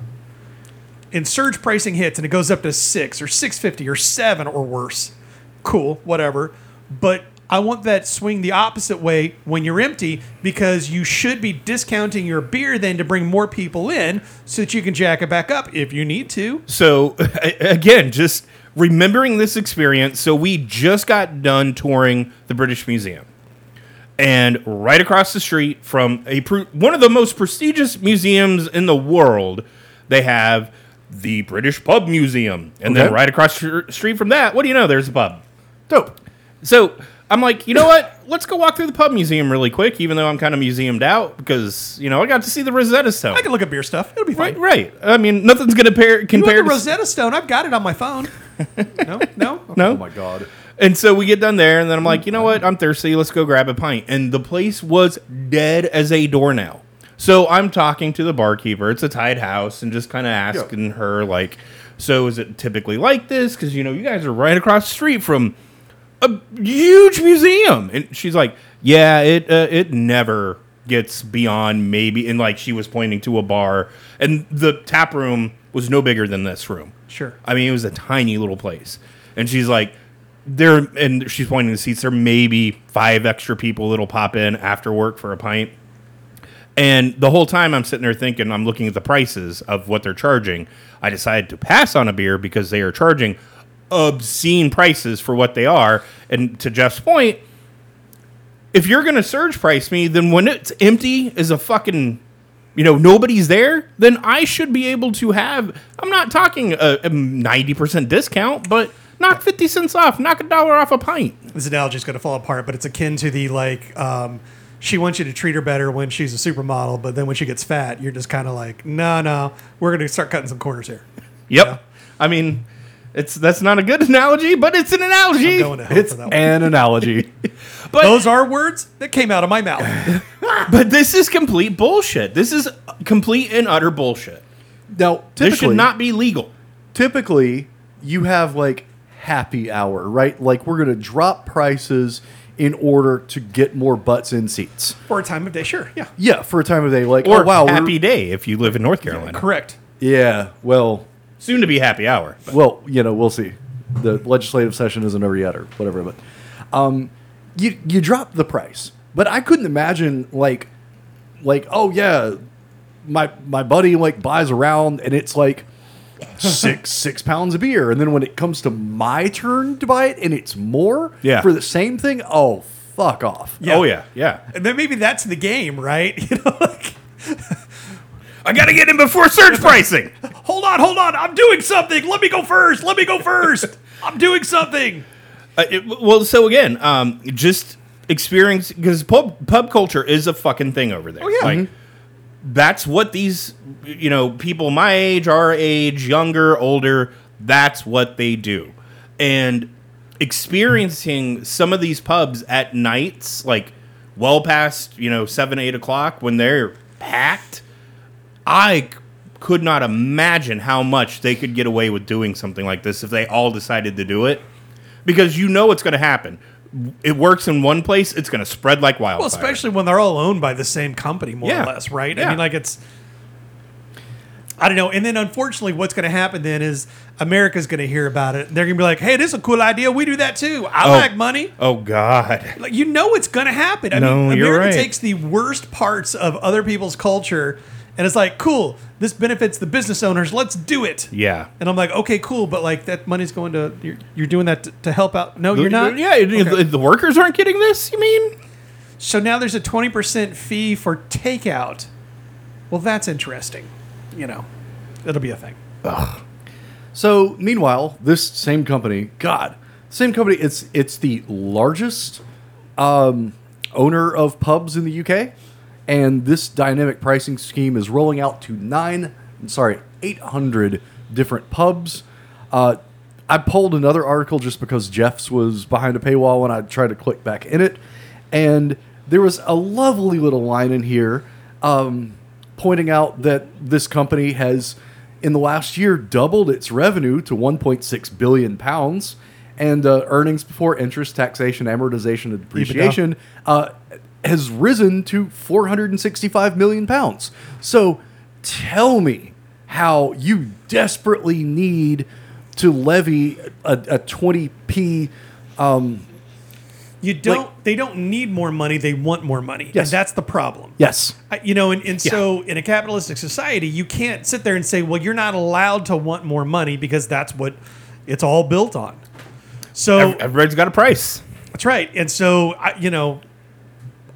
Speaker 2: and surge pricing hits and it goes up to six or six fifty or seven or worse, cool, whatever. but I want that swing the opposite way when you're empty because you should be discounting your beer then to bring more people in so that you can jack it back up if you need to.
Speaker 1: So a- again, just remembering this experience. So we just got done touring the British Museum, and right across the street from a pr one of the most prestigious museums in the world, they have the British Pub Museum, and then
Speaker 3: Okay.
Speaker 1: right across the str- street from that, what do you know? There's a pub.
Speaker 3: Dope.
Speaker 1: So I'm like, you know what? Let's go walk through the pub museum really quick, even though I'm kind of museumed out because you know I got to see the Rosetta Stone.
Speaker 2: I can look at beer stuff. It'll be fine.
Speaker 1: Right, right. I mean, nothing's gonna pair,
Speaker 2: You want
Speaker 1: compare
Speaker 2: the
Speaker 1: to
Speaker 2: Rosetta Stone? I've got it on my phone. no, no.
Speaker 1: no.
Speaker 3: Oh my god.
Speaker 1: And so we get done there, and then I'm like, you know what? I'm thirsty. Let's go grab a pint. And the place was dead as a doornail. So I'm talking to the barkeeper. It's a tied house, and just kind of asking her, like, so is it typically like this? Because, you know, you guys are right across the street from a huge museum. And she's like, yeah, it, uh, it never gets beyond maybe. And, like, she was pointing to a bar, and the tap room was no bigger than this room.
Speaker 2: Sure.
Speaker 1: I mean, it was a tiny little place. And she's like, there, and she's pointing to the seats. There may be five extra people that'll pop in after work for a pint. And the whole time I'm sitting there thinking, I'm looking at the prices of what they're charging. I decided to pass on a beer because they are charging obscene prices for what they are. And to Jeff's point, if you're going to surge price me, then when it's empty as a fucking, you know, nobody's there, then I should be able to have, I'm not talking a, a 90% discount, but knock 50 cents off, knock a dollar off a pint.
Speaker 2: This analogy is going to fall apart, but it's akin to the like, um, she wants you to treat her better when she's a supermodel, but then when she gets fat, you're just kind of like, no, no, we're going to start cutting some corners here.
Speaker 1: Yep.
Speaker 2: Yeah.
Speaker 1: I mean, it's that's not a good analogy, but it's an analogy.
Speaker 2: Going to hell
Speaker 3: It's
Speaker 2: for that one.
Speaker 3: an analogy.
Speaker 1: But
Speaker 2: Those are words that came out of my mouth.
Speaker 1: but this is complete bullshit. This is complete and utter bullshit.
Speaker 3: Now, typically,
Speaker 1: This should not be legal.
Speaker 3: typically you have like happy hour, right? Like we're going to drop prices in order to get more butts in seats.
Speaker 2: For a time of day, sure. Yeah.
Speaker 3: Yeah, for a time of day, like
Speaker 1: Or
Speaker 3: oh wow, we're-
Speaker 1: happy day if you live in North Carolina.
Speaker 2: Correct.
Speaker 3: Yeah, well,
Speaker 1: Soon to be happy hour.
Speaker 3: well, you know, we'll see. The legislative session isn't over yet, or whatever. But um, you you drop the price, but I couldn't imagine like like oh yeah, my my buddy like buys around and it's like six six pounds of beer, and then when it comes to my turn to buy it and it's more
Speaker 1: Yeah.
Speaker 3: for the same thing, oh fuck off.
Speaker 2: Yeah.
Speaker 1: Oh yeah, yeah.
Speaker 2: And then maybe that's the game, right? You know, like,
Speaker 1: I gotta get in before surge pricing.
Speaker 2: hold on, hold on. I'm doing something. Let me go first. Let me go first. I'm doing something.
Speaker 1: Uh, it- well, so again, um, just experience because pub pub culture is a fucking thing over there. Oh
Speaker 2: yeah.
Speaker 1: like, that's what these you know people my age, our age, younger, older. That's what they do, and experiencing some of these pubs at nights, like well past you know seven, eight o'clock when they're packed. I c- could not imagine how much they could get away with doing something like this if they all decided to do it because you know it's going to happen. It works in one place, it's going to spread like wildfire.
Speaker 2: Well, especially when they're all owned by the same company, more
Speaker 1: Yeah.
Speaker 2: or less, right? I
Speaker 1: Yeah.
Speaker 2: mean, like it's. I don't know. And then unfortunately, what's going to happen then is America's going to hear about it. They're going to be like, hey, this is a cool idea. We do that too. I
Speaker 1: Oh.
Speaker 2: like money.
Speaker 1: Oh God!
Speaker 2: Like, you know it's going to happen. I
Speaker 1: No,
Speaker 2: mean,
Speaker 1: you're
Speaker 2: America
Speaker 1: right.
Speaker 2: takes the worst parts of other people's culture and it's like, cool, this benefits the business owners. Let's do it.
Speaker 1: Yeah.
Speaker 2: And I'm like, okay, cool, but like that money's going to you're, you're doing that to, to help out. No, you're not.
Speaker 1: Yeah, it-
Speaker 2: Okay.
Speaker 1: the, the workers aren't getting this. You mean?
Speaker 2: So now there's a 20% fee for takeout. Well, that's interesting. You know, it'll be a thing.
Speaker 3: So meanwhile, this same company, God, same company, it's it's the largest um, owner of pubs in the UK, and this dynamic pricing scheme is rolling out to nine, sorry, eight hundred different pubs. Uh, I pulled another article just because Jeff's was behind a paywall, and I tried to click back in it, and there was a lovely little line in here. Um, pointing out that this company has, in the last year, doubled its revenue to 1.6 billion pounds, and uh, earnings before interest, taxation, amortization, and depreciation uh, has risen to 465 million pounds. So, tell me how you desperately need to levy a, a 20p
Speaker 2: You don't. they don't need more money. They want more money.
Speaker 3: Yes.
Speaker 2: And that's the problem.
Speaker 3: Yes.
Speaker 2: I- you know, and, and so in a capitalistic society, you can't sit there and say, well, you're not allowed to want more money because that's what it's all built on. So
Speaker 1: Ev- Everybody's got a price.
Speaker 2: that's right. And so, I, you know,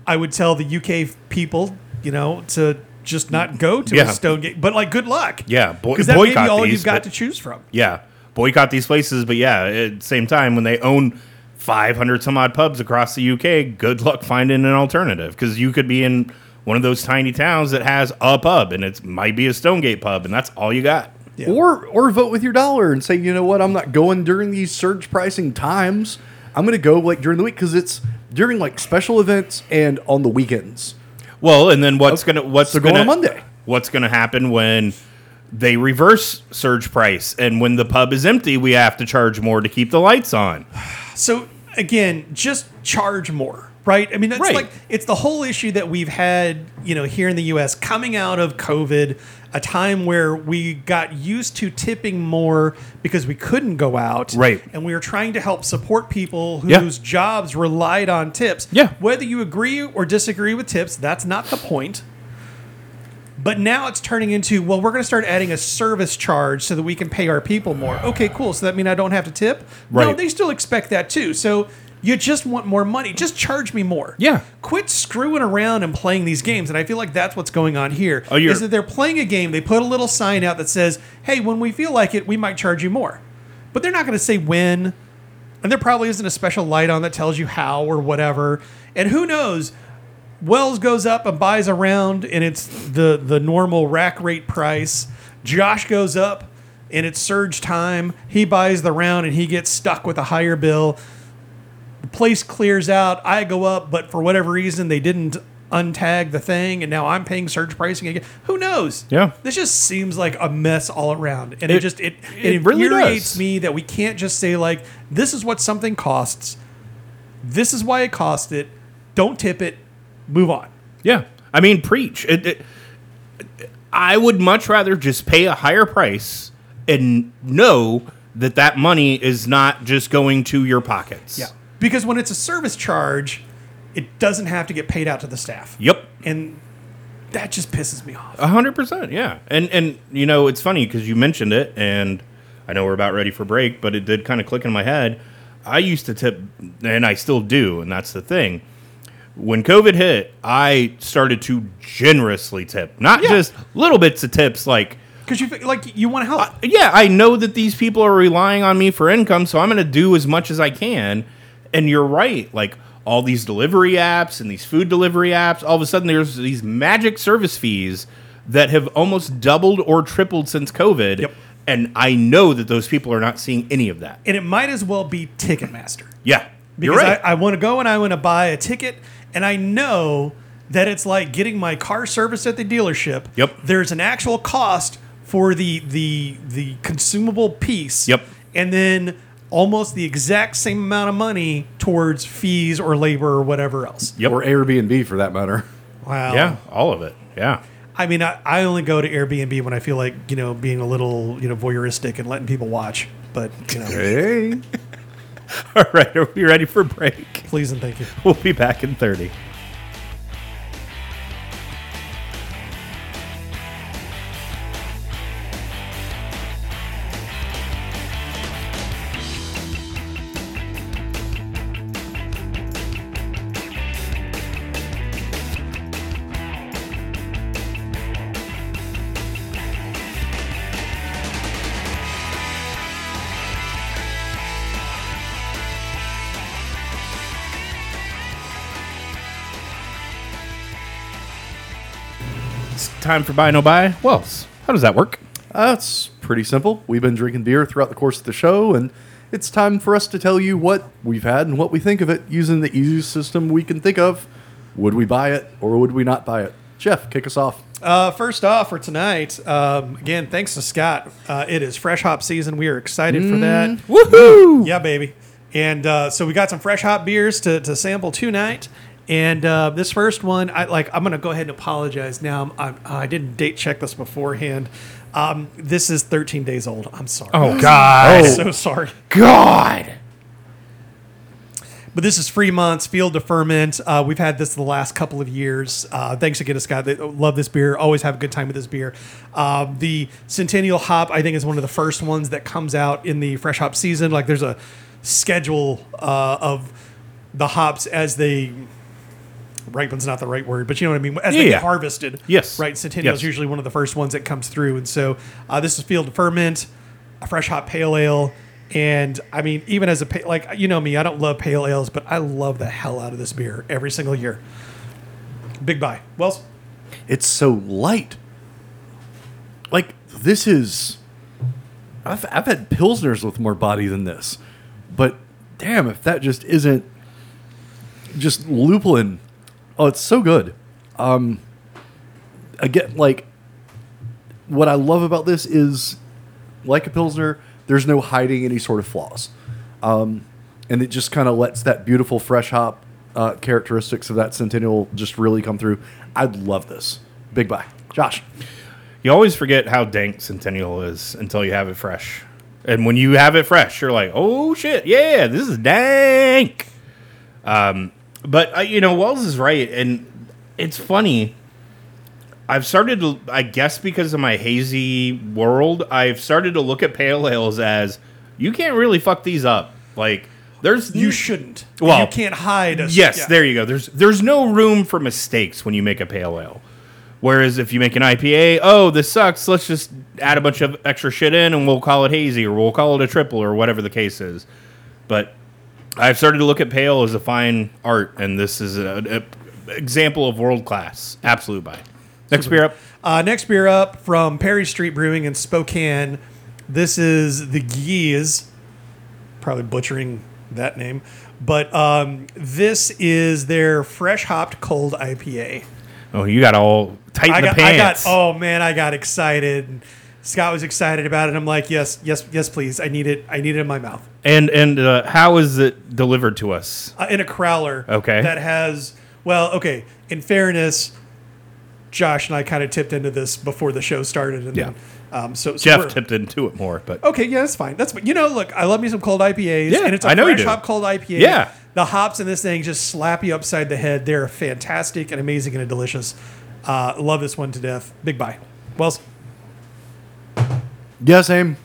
Speaker 2: I would tell the UK people, you know, to just not go to
Speaker 1: Yeah.
Speaker 2: a stone gate, but like, good luck.
Speaker 1: Yeah, boy-
Speaker 2: Because that may be
Speaker 1: boycott
Speaker 2: all
Speaker 1: these,
Speaker 2: you've got
Speaker 1: but-
Speaker 2: to choose from.
Speaker 1: Yeah, boycott these places, but yeah, at the same time, when they own 500 some odd pubs across the UK, good luck finding an alternative because you could be in one of those tiny towns that has a pub and it might be a Stonegate pub, and that's all you got.
Speaker 2: Yeah.
Speaker 3: Or or vote with your dollar and say, you know what, I'm not going during these surge pricing times. I'm going to go like during the week because it's during like special events and on the weekends.
Speaker 1: Well, and then what's gonna what's
Speaker 3: So go on
Speaker 1: gonna
Speaker 3: a Monday.
Speaker 1: What's gonna happen when they reverse surge price and when the pub is empty, we have to charge more to keep the lights on.
Speaker 2: So again, just charge more, right? I mean, that's
Speaker 1: Right.
Speaker 2: like it's the whole issue that we've had, you know, here in the U.S. coming out of COVID, a time where we got used to tipping more because we couldn't go out,
Speaker 1: Right.
Speaker 2: And we were trying to help support people
Speaker 1: Yeah.
Speaker 2: whose jobs relied on tips.
Speaker 1: Yeah.
Speaker 2: Whether you agree or disagree with tips, that's not the point. But now it's turning into, well, we're going to start adding a service charge so that we can pay our people more. Okay, cool. So that mean I don't have to tip? No,
Speaker 1: Right.
Speaker 2: they still expect that too. So you just want more money. Just charge me more.
Speaker 1: Yeah.
Speaker 2: Quit screwing around and playing these games. And I feel like that's what's going on here.
Speaker 1: Oh, you're-
Speaker 2: is that they're playing a game, they put a little sign out that says, hey, when we feel like it, we might charge you more. But they're not going to say when. And there probably isn't a special light on that tells you how or whatever. And who knows? Wells goes up and buys a round, and it's the the normal rack rate price. Josh goes up, and it's surge time. He buys the round, and he gets stuck with a higher bill. The place clears out. I go up, but for whatever reason, they didn't untag the thing, and now I'm paying surge pricing again. Who knows?
Speaker 1: Yeah.
Speaker 2: this just seems like a mess all around, and it,
Speaker 1: It-
Speaker 2: just it it,
Speaker 1: it really
Speaker 2: infuriates
Speaker 1: does.
Speaker 2: me that we can't just say like this is what something costs. This is why it cost it. Don't tip it. Move on.
Speaker 1: Yeah, I mean, preach. It, it, I would much rather just pay a higher price and know that that money is not just going to your pockets.
Speaker 2: Because when it's a service charge, it doesn't have to get paid out to the staff.
Speaker 1: Yep.
Speaker 2: And that just pisses me off.
Speaker 1: A hundred percent. Yeah. And and you know it's funny because you mentioned it, and I know we're about ready for break, but it did kind of click in my head. I used to tip, and I still do, and that's the thing. When COVID hit, I started to generously tip, not
Speaker 2: Yeah.
Speaker 1: just little bits of tips like
Speaker 2: Because you feel like you want to help.
Speaker 1: yeah, I know that these people are relying on me for income, so I'm going to do as much as I can. And you're right. Like all these delivery apps and these food delivery apps, all of a sudden there's these magic service fees that have almost doubled or tripled since COVID.
Speaker 2: Yep.
Speaker 1: And I know that those people are not seeing any of that.
Speaker 2: and it might as well be Ticketmaster.
Speaker 1: Yeah. You're
Speaker 2: Because
Speaker 1: right.
Speaker 2: I, I want to go and I want to buy a ticket, and I know that it's like getting my car serviced at the dealership.
Speaker 1: Yep.
Speaker 2: There's an actual cost for the the the consumable piece.
Speaker 1: Yep.
Speaker 2: And then almost the exact same amount of money towards fees or labor or whatever else.
Speaker 1: Yep.
Speaker 3: Or Airbnb for that matter.
Speaker 2: Wow.
Speaker 1: yeah. All of it. Yeah.
Speaker 2: I mean, I, I only go to Airbnb when I feel like, you know, being a little, you know, voyeuristic and letting people watch. But, you know,
Speaker 3: Hey.
Speaker 1: All right. Are we ready for break?
Speaker 2: please and thank you.
Speaker 1: We'll be back in 30. It's time for buy no buy. Wells, how does that work?
Speaker 3: That's Uh, pretty simple. We've been drinking beer throughout the course of the show, and it's time for us to tell you what we've had and what we think of it using the easiest system we can think of. Would we buy it or would we not buy it? Jeff, kick us off.
Speaker 2: Uh, first off, for tonight, um, again, thanks to Scott. Uh, it is fresh hop season. We are excited for that.
Speaker 1: Mm. Woohoo!
Speaker 2: Yeah, baby. And uh, so we got some fresh hop beers to, to sample tonight. And uh, this first one, I like. I'm gonna go ahead and apologize now. I'm, I'm, I didn't date check this beforehand. Um, this is 13 days
Speaker 1: Oh,
Speaker 2: Oh, old. I'm sorry.
Speaker 1: God.
Speaker 2: so sorry.
Speaker 1: God.
Speaker 2: But this is Fremont's Field to Ferment. Uh, we've had this the last couple of years. Uh, thanks again to Scott. They love this beer. Always have a good time with this beer. Um, the Centennial Hop, I think, is one of the first ones that comes out in the fresh hop season. Like there's a schedule uh, of the hops as they ripen's not the right word, but you know what I mean. As
Speaker 1: Yeah,
Speaker 2: they
Speaker 1: yeah.
Speaker 2: get harvested,
Speaker 1: Yes.
Speaker 2: right. Centennial is
Speaker 1: Yes.
Speaker 2: usually one of the first ones that comes through, and so uh, this is Field to Ferment, a fresh hot pale ale, and I mean, even as a pa- like you know me, I don't love pale ales, but I love the hell out of this beer every single year. Big buy, Wells.
Speaker 3: It's so light. Like this is I've I've had pilsners with more body than this. But damn, if that just isn't just lupulin. Oh, it's so good. Um again like what I love about this is like a pilsner, there's no hiding any sort of flaws. Um and it just kind of lets that beautiful fresh hop uh, characteristics of that centennial just really come through. I love this. Big bye. Josh.
Speaker 1: You always forget how dank Centennial is until you have it fresh. And when you have it fresh, you're like, oh shit, yeah, this is dank. Um, but, uh, you know, Wells is right. And it's funny. I've started to, I guess because of my hazy world, I've started to look at pale ales as you can't really fuck these up. Like, there's
Speaker 2: You shouldn't.
Speaker 1: Mm. Well,
Speaker 2: you can't hide. Us.
Speaker 1: Yes,
Speaker 2: Yeah.
Speaker 1: there you go. There's there's no room for mistakes when you make a pale ale. Whereas if you make an IPA, oh, this sucks. Let's just add a bunch of extra shit in, and we'll call it hazy, or we'll call it a triple, or whatever the case is. But I've started to look at pale as a fine art, and this is an example of world class. Absolute buy. Next beer up.
Speaker 2: Uh, next beer up from Perry Street Brewing in Spokane. This is the Geese. Probably butchering that name, but um, this is their fresh hopped cold IPA.
Speaker 1: Oh, you got all tight in
Speaker 2: I
Speaker 1: the
Speaker 2: got, I got,
Speaker 1: pants.
Speaker 2: oh man, I got excited. And Scott was excited about it. I'm like, yes, yes, yes, please. I need it. I need it in my mouth.
Speaker 1: And and uh, how is it delivered to us?
Speaker 2: uh, in a crowler.
Speaker 1: Okay.
Speaker 2: That has well, okay. In fairness, Josh and I kind of tipped into this before the show started, and then, um, so, so
Speaker 1: Jeff
Speaker 2: we're-
Speaker 1: tipped into it more, but
Speaker 2: Okay, yeah, that's fine. That's you know, look, I love me some cold IPAs.
Speaker 1: Yeah,
Speaker 2: and it's a
Speaker 1: I know you
Speaker 2: fresh
Speaker 1: do.
Speaker 2: hop cold IPA.
Speaker 1: Yeah.
Speaker 2: the hops in this thing just slap you upside the head. They're fantastic and amazing and delicious. Uh, love this one to death. Big bye. Wells.
Speaker 3: Yeah, same.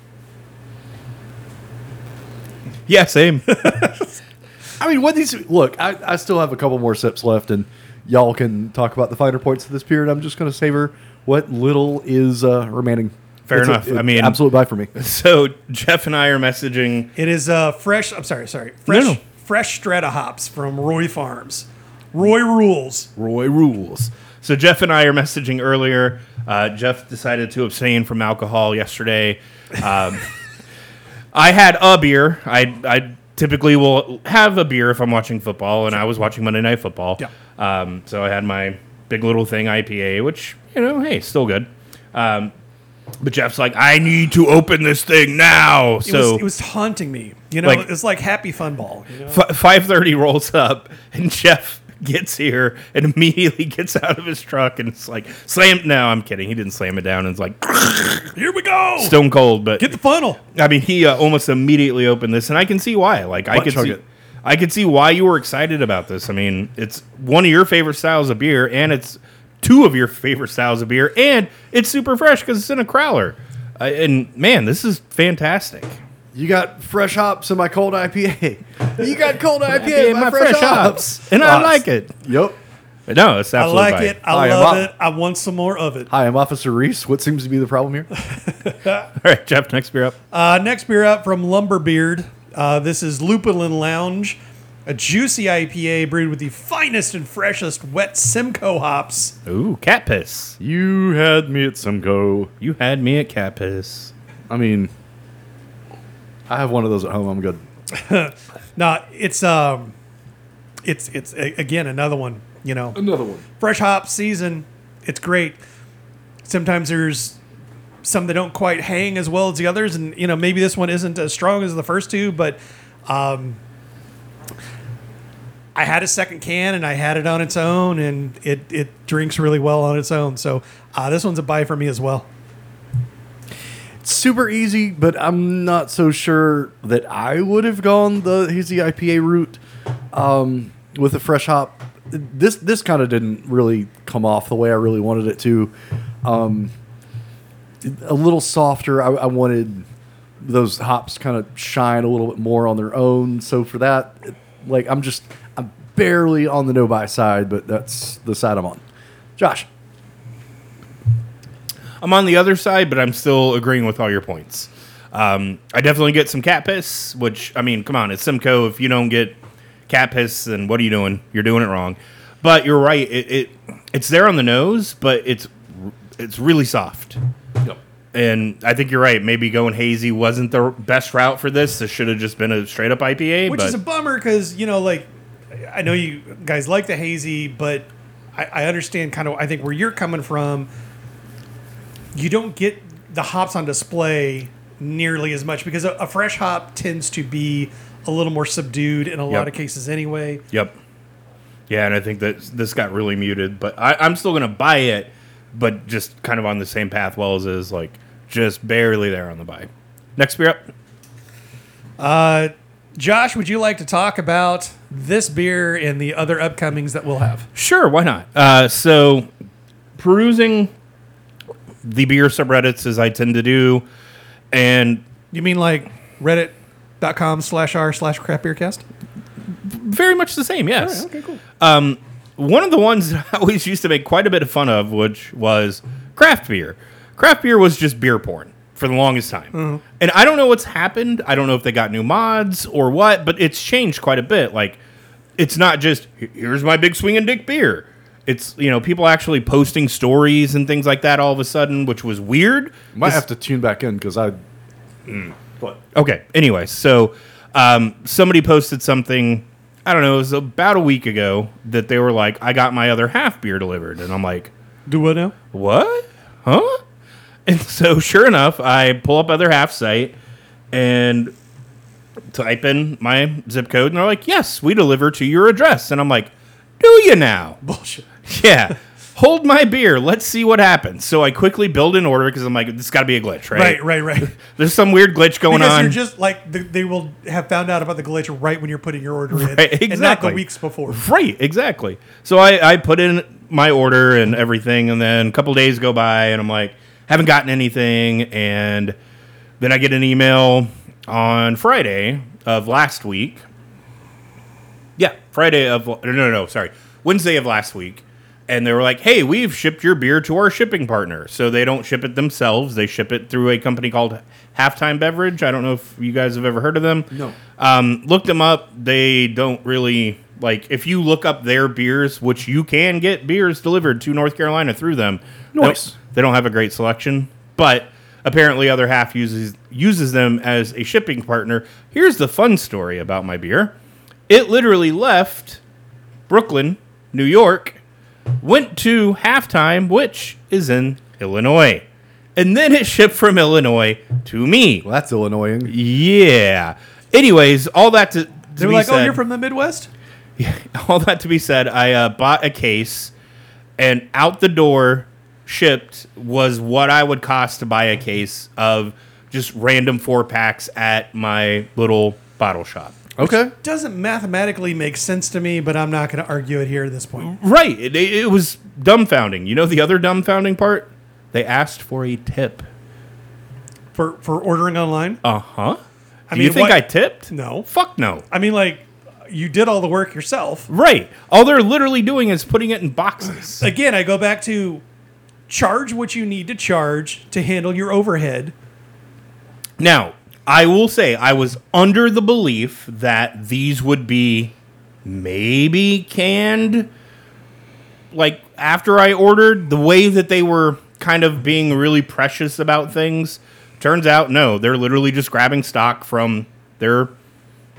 Speaker 1: yeah, same.
Speaker 3: I mean, what these look, I, I still have a couple more sips left, and y'all can talk about the finer points of this period. I'm just going to savor what little is uh, remaining.
Speaker 1: Fair
Speaker 3: It's a-
Speaker 1: enough. I
Speaker 3: it-
Speaker 1: mean-
Speaker 3: absolute buy for me.
Speaker 1: So Jeff and I are messaging.
Speaker 2: It is uh, fresh. I'm sorry, sorry. Fresh,
Speaker 1: no.
Speaker 2: fresh strata hops from Roy Farms. Roy rules.
Speaker 1: Roy rules. So Jeff and I are messaging earlier. Uh, Jeff decided to abstain from alcohol yesterday. Um, I had a beer. I, I typically will have a beer if I'm watching football, and I was watching Monday Night Football.
Speaker 2: Yeah.
Speaker 1: Um, so I had my Big Little Thing IPA, which you know, hey, still good. Um, but Jeff's like, I need to open this thing now.
Speaker 2: It,
Speaker 1: so
Speaker 2: was, it was haunting me. You know,
Speaker 1: Like-
Speaker 2: it's like Happy Fun Ball. You know?
Speaker 1: Five thirty rolls up, and Jeff gets here and immediately gets out of his truck and it's like slam. No, I'm kidding. He didn't slam it down. And it's like
Speaker 2: Here we go.
Speaker 1: stone cold. But
Speaker 2: Get the funnel.
Speaker 1: I mean, he uh, almost immediately opened this, and I can see why. Like I
Speaker 3: Butt
Speaker 1: could
Speaker 3: chug
Speaker 1: see,
Speaker 3: it.
Speaker 1: I could see why you were excited about this. I mean, it's one of your favorite styles of beer, and it's two of your favorite styles of beer, and it's super fresh because it's in a crowler. Uh, and man, this is fantastic.
Speaker 3: You got fresh hops in my cold IPA. You got cold IPA
Speaker 1: Yeah,
Speaker 3: in my, fresh, hops.
Speaker 1: and I
Speaker 3: Hops.
Speaker 1: like it.
Speaker 3: Yep.
Speaker 1: No, it's
Speaker 2: I
Speaker 1: absolutely.
Speaker 2: like it. I
Speaker 3: Hi, I'm
Speaker 2: love
Speaker 3: up.
Speaker 2: it. I want some more of it.
Speaker 3: Hi, I'm Officer Reese. What seems to be the problem here?
Speaker 1: All right, Jeff, next beer up.
Speaker 2: Uh, next beer up from Lumberbeard. Uh, this is Lupulin Lounge, a juicy IPA brewed with the finest and freshest wet Simcoe hops.
Speaker 1: Ooh, cat piss.
Speaker 3: You had me at some go.
Speaker 1: You had me at cat piss.
Speaker 3: I mean, I have one of those at home. I'm good.
Speaker 2: Now it's um, it's it's a, again another one. You know,
Speaker 3: Another one.
Speaker 2: fresh hop season. It's great. Sometimes there's some that don't quite hang as well as the others, and you know maybe this one isn't as strong as the first two, but um, I had a second can and I had it on its own, and it it drinks really well on its own. So uh, this one's a buy for me as well.
Speaker 3: super easy, but I'm not so sure that I would have gone the hazy IPA route. um, with a fresh hop. This this kind of didn't really come off the way I really wanted it to. Um, a little softer. I, I wanted those hops kind of shine a little bit more on their own. So for that, like I'm just I'm barely on the no buy side, but that's the side I'm on. Josh,
Speaker 1: I'm on the other side, but I'm still agreeing with all your points. Um, I definitely get some cat piss, which I mean, come on, it's Simcoe. If you don't get cat piss, then what are you doing? You're doing it wrong. But you're right. It, it it's there on the nose, but it's it's really soft. And I think you're right. Maybe going hazy wasn't the best route for this. This should have just been a straight up IPA.
Speaker 2: which
Speaker 1: but
Speaker 2: is a bummer because you know like i know you guys like the hazy but I, I understand kind of i think where you're coming from you don't get the hops on display nearly as much because a, a fresh hop tends to be a little more subdued in a lot
Speaker 1: Yep.
Speaker 2: of cases anyway
Speaker 1: Yep. Yeah, and I think that this got really muted, but I, I'm still gonna buy it, but just kind of on the same path Wells is, like just barely there on the buy. Next beer up.
Speaker 2: uh, josh would you like to talk about this beer and the other upcomings that we'll have
Speaker 1: Sure, why not? Uh, so, perusing the beer subreddits as I tend to do, and
Speaker 2: you mean like reddit.com slash r slash crap beer cast
Speaker 1: very much the same. Yes. Um,
Speaker 2: cool
Speaker 1: one of the ones that I always used to make quite a bit of fun of, which was craft beer. Craft beer was just beer porn for the longest time. And I don't know what's happened. I don't know if they got new mods or what, but it's changed quite a bit. Like, it's not just "Here- here's my big swinging dick beer. It's you know people actually posting stories and things like that all of a sudden, which was weird.
Speaker 3: might
Speaker 1: This-
Speaker 3: have to tune back in because I. What?
Speaker 1: Okay. Anyway, so um, somebody posted something. I don't know. It was about a week ago that they were like, "I got my other half beer delivered," and I'm like,
Speaker 2: do what now
Speaker 1: "What? Huh?" And so, sure enough, I pull up other half site and type in my zip code, and they're like, "Yes, we deliver to your address," and I'm like, "Do you now?"
Speaker 2: bullshit
Speaker 1: yeah. Hold my beer. Let's see what happens. So I quickly build an order because I'm like, "This got to be a glitch, right?"
Speaker 2: right right right
Speaker 1: There's some weird glitch going
Speaker 2: Because
Speaker 1: on.
Speaker 2: you're just like th they will have found out about the glitch right when you're putting your order in,
Speaker 1: Right,
Speaker 2: and not the
Speaker 1: exactly.
Speaker 2: weeks before.
Speaker 1: Right, exactly. So I, I put in my order and everything, and then a couple days go by, and I'm like, haven't gotten anything. And then I get an email on Friday of last week. Yeah, Friday of, no, no, no, sorry, Wednesday of last week. And they were like, hey, we've shipped your beer to our shipping partner. So they don't ship it themselves. They ship it through a company called Halftime Beverage. I don't know if you guys have ever heard of them.
Speaker 3: No.
Speaker 1: Um, looked them up. They don't really like if you look up their beers, which you can get beers delivered to North Carolina through them. they don't-
Speaker 3: Nice.
Speaker 1: They don't have a great selection, but apparently other half uses uses them as a shipping partner. Here's the fun story about my beer. It literally left Brooklyn, New York, went to halftime, which is in Illinois. And then it shipped from Illinois to me.
Speaker 3: Well, that's Illinoisan.
Speaker 1: Yeah. Anyways, all that to, to
Speaker 2: They
Speaker 1: be
Speaker 2: were like,
Speaker 1: said,
Speaker 2: "Oh, you're from the Midwest."
Speaker 1: all that to be said, I uh, bought a case, and out the door shipped was what I would cost to buy a case of just random four packs at my little bottle shop.
Speaker 3: Okay.
Speaker 2: Doesn't mathematically make sense to me, but I'm not going to argue it here at this point.
Speaker 1: Right. It, it it was dumbfounding. You know the other dumbfounding part? They asked for a tip.
Speaker 2: For for ordering online,
Speaker 1: Uh huh. Do
Speaker 2: mean,
Speaker 1: you think
Speaker 2: what-
Speaker 1: I tipped?
Speaker 2: no.
Speaker 1: Fuck no.
Speaker 2: I mean, like you did all the work yourself.
Speaker 1: Right. All they're literally doing is putting it in boxes.
Speaker 2: Again, I go back to charge what you need to charge to handle your overhead.
Speaker 1: Now, I will say I was under the belief that these would be maybe canned like after I ordered the way that they were kind of being really precious about things. Turns out no, they're literally just grabbing stock from their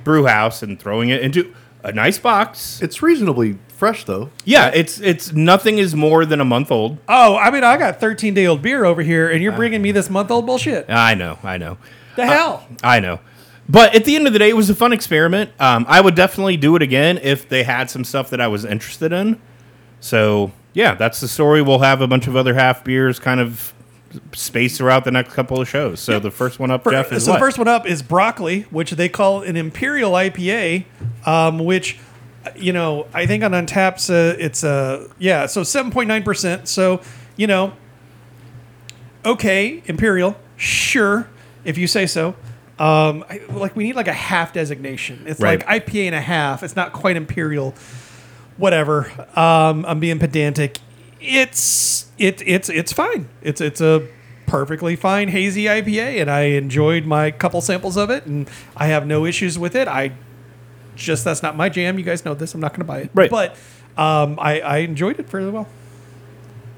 Speaker 1: brew house and throwing it into a nice box.
Speaker 3: It's reasonably fresh though.
Speaker 1: Yeah, it's it's nothing is more than a month old.
Speaker 2: Oh, I mean, I got 13 day old beer over here, and you're
Speaker 1: Uh,
Speaker 2: bringing me this month old bullshit.
Speaker 1: I know, I know.
Speaker 2: The hell.
Speaker 1: I know. But at the end of the day, it was a fun experiment. Um, I would definitely do it again if they had some stuff that I was interested in. So, yeah, that's the story. We'll have a bunch of other half beers kind of spaced throughout the next couple of shows. So, the first one up,
Speaker 2: Fir-
Speaker 1: Jeff, is
Speaker 2: so
Speaker 1: what?
Speaker 2: the first one up is broccoli, which they call an imperial IPA, um, which you know, I think on Untaps, uh, it's a yeah, so seven point nine percent. So you know, okay, Imperial, sure, if you say so. Um, I, like we need like a half designation. It's
Speaker 1: Right.
Speaker 2: like IPA and a half. It's not quite Imperial. Whatever. Um, I'm being pedantic. It's it it's it's fine. It's it's a perfectly fine hazy IPA, and I enjoyed my couple samples of it, and I have no issues with it. I just that's not my jam. You guys know this. I'm not going to buy it.
Speaker 1: Right.
Speaker 2: But um, I, I enjoyed it fairly well.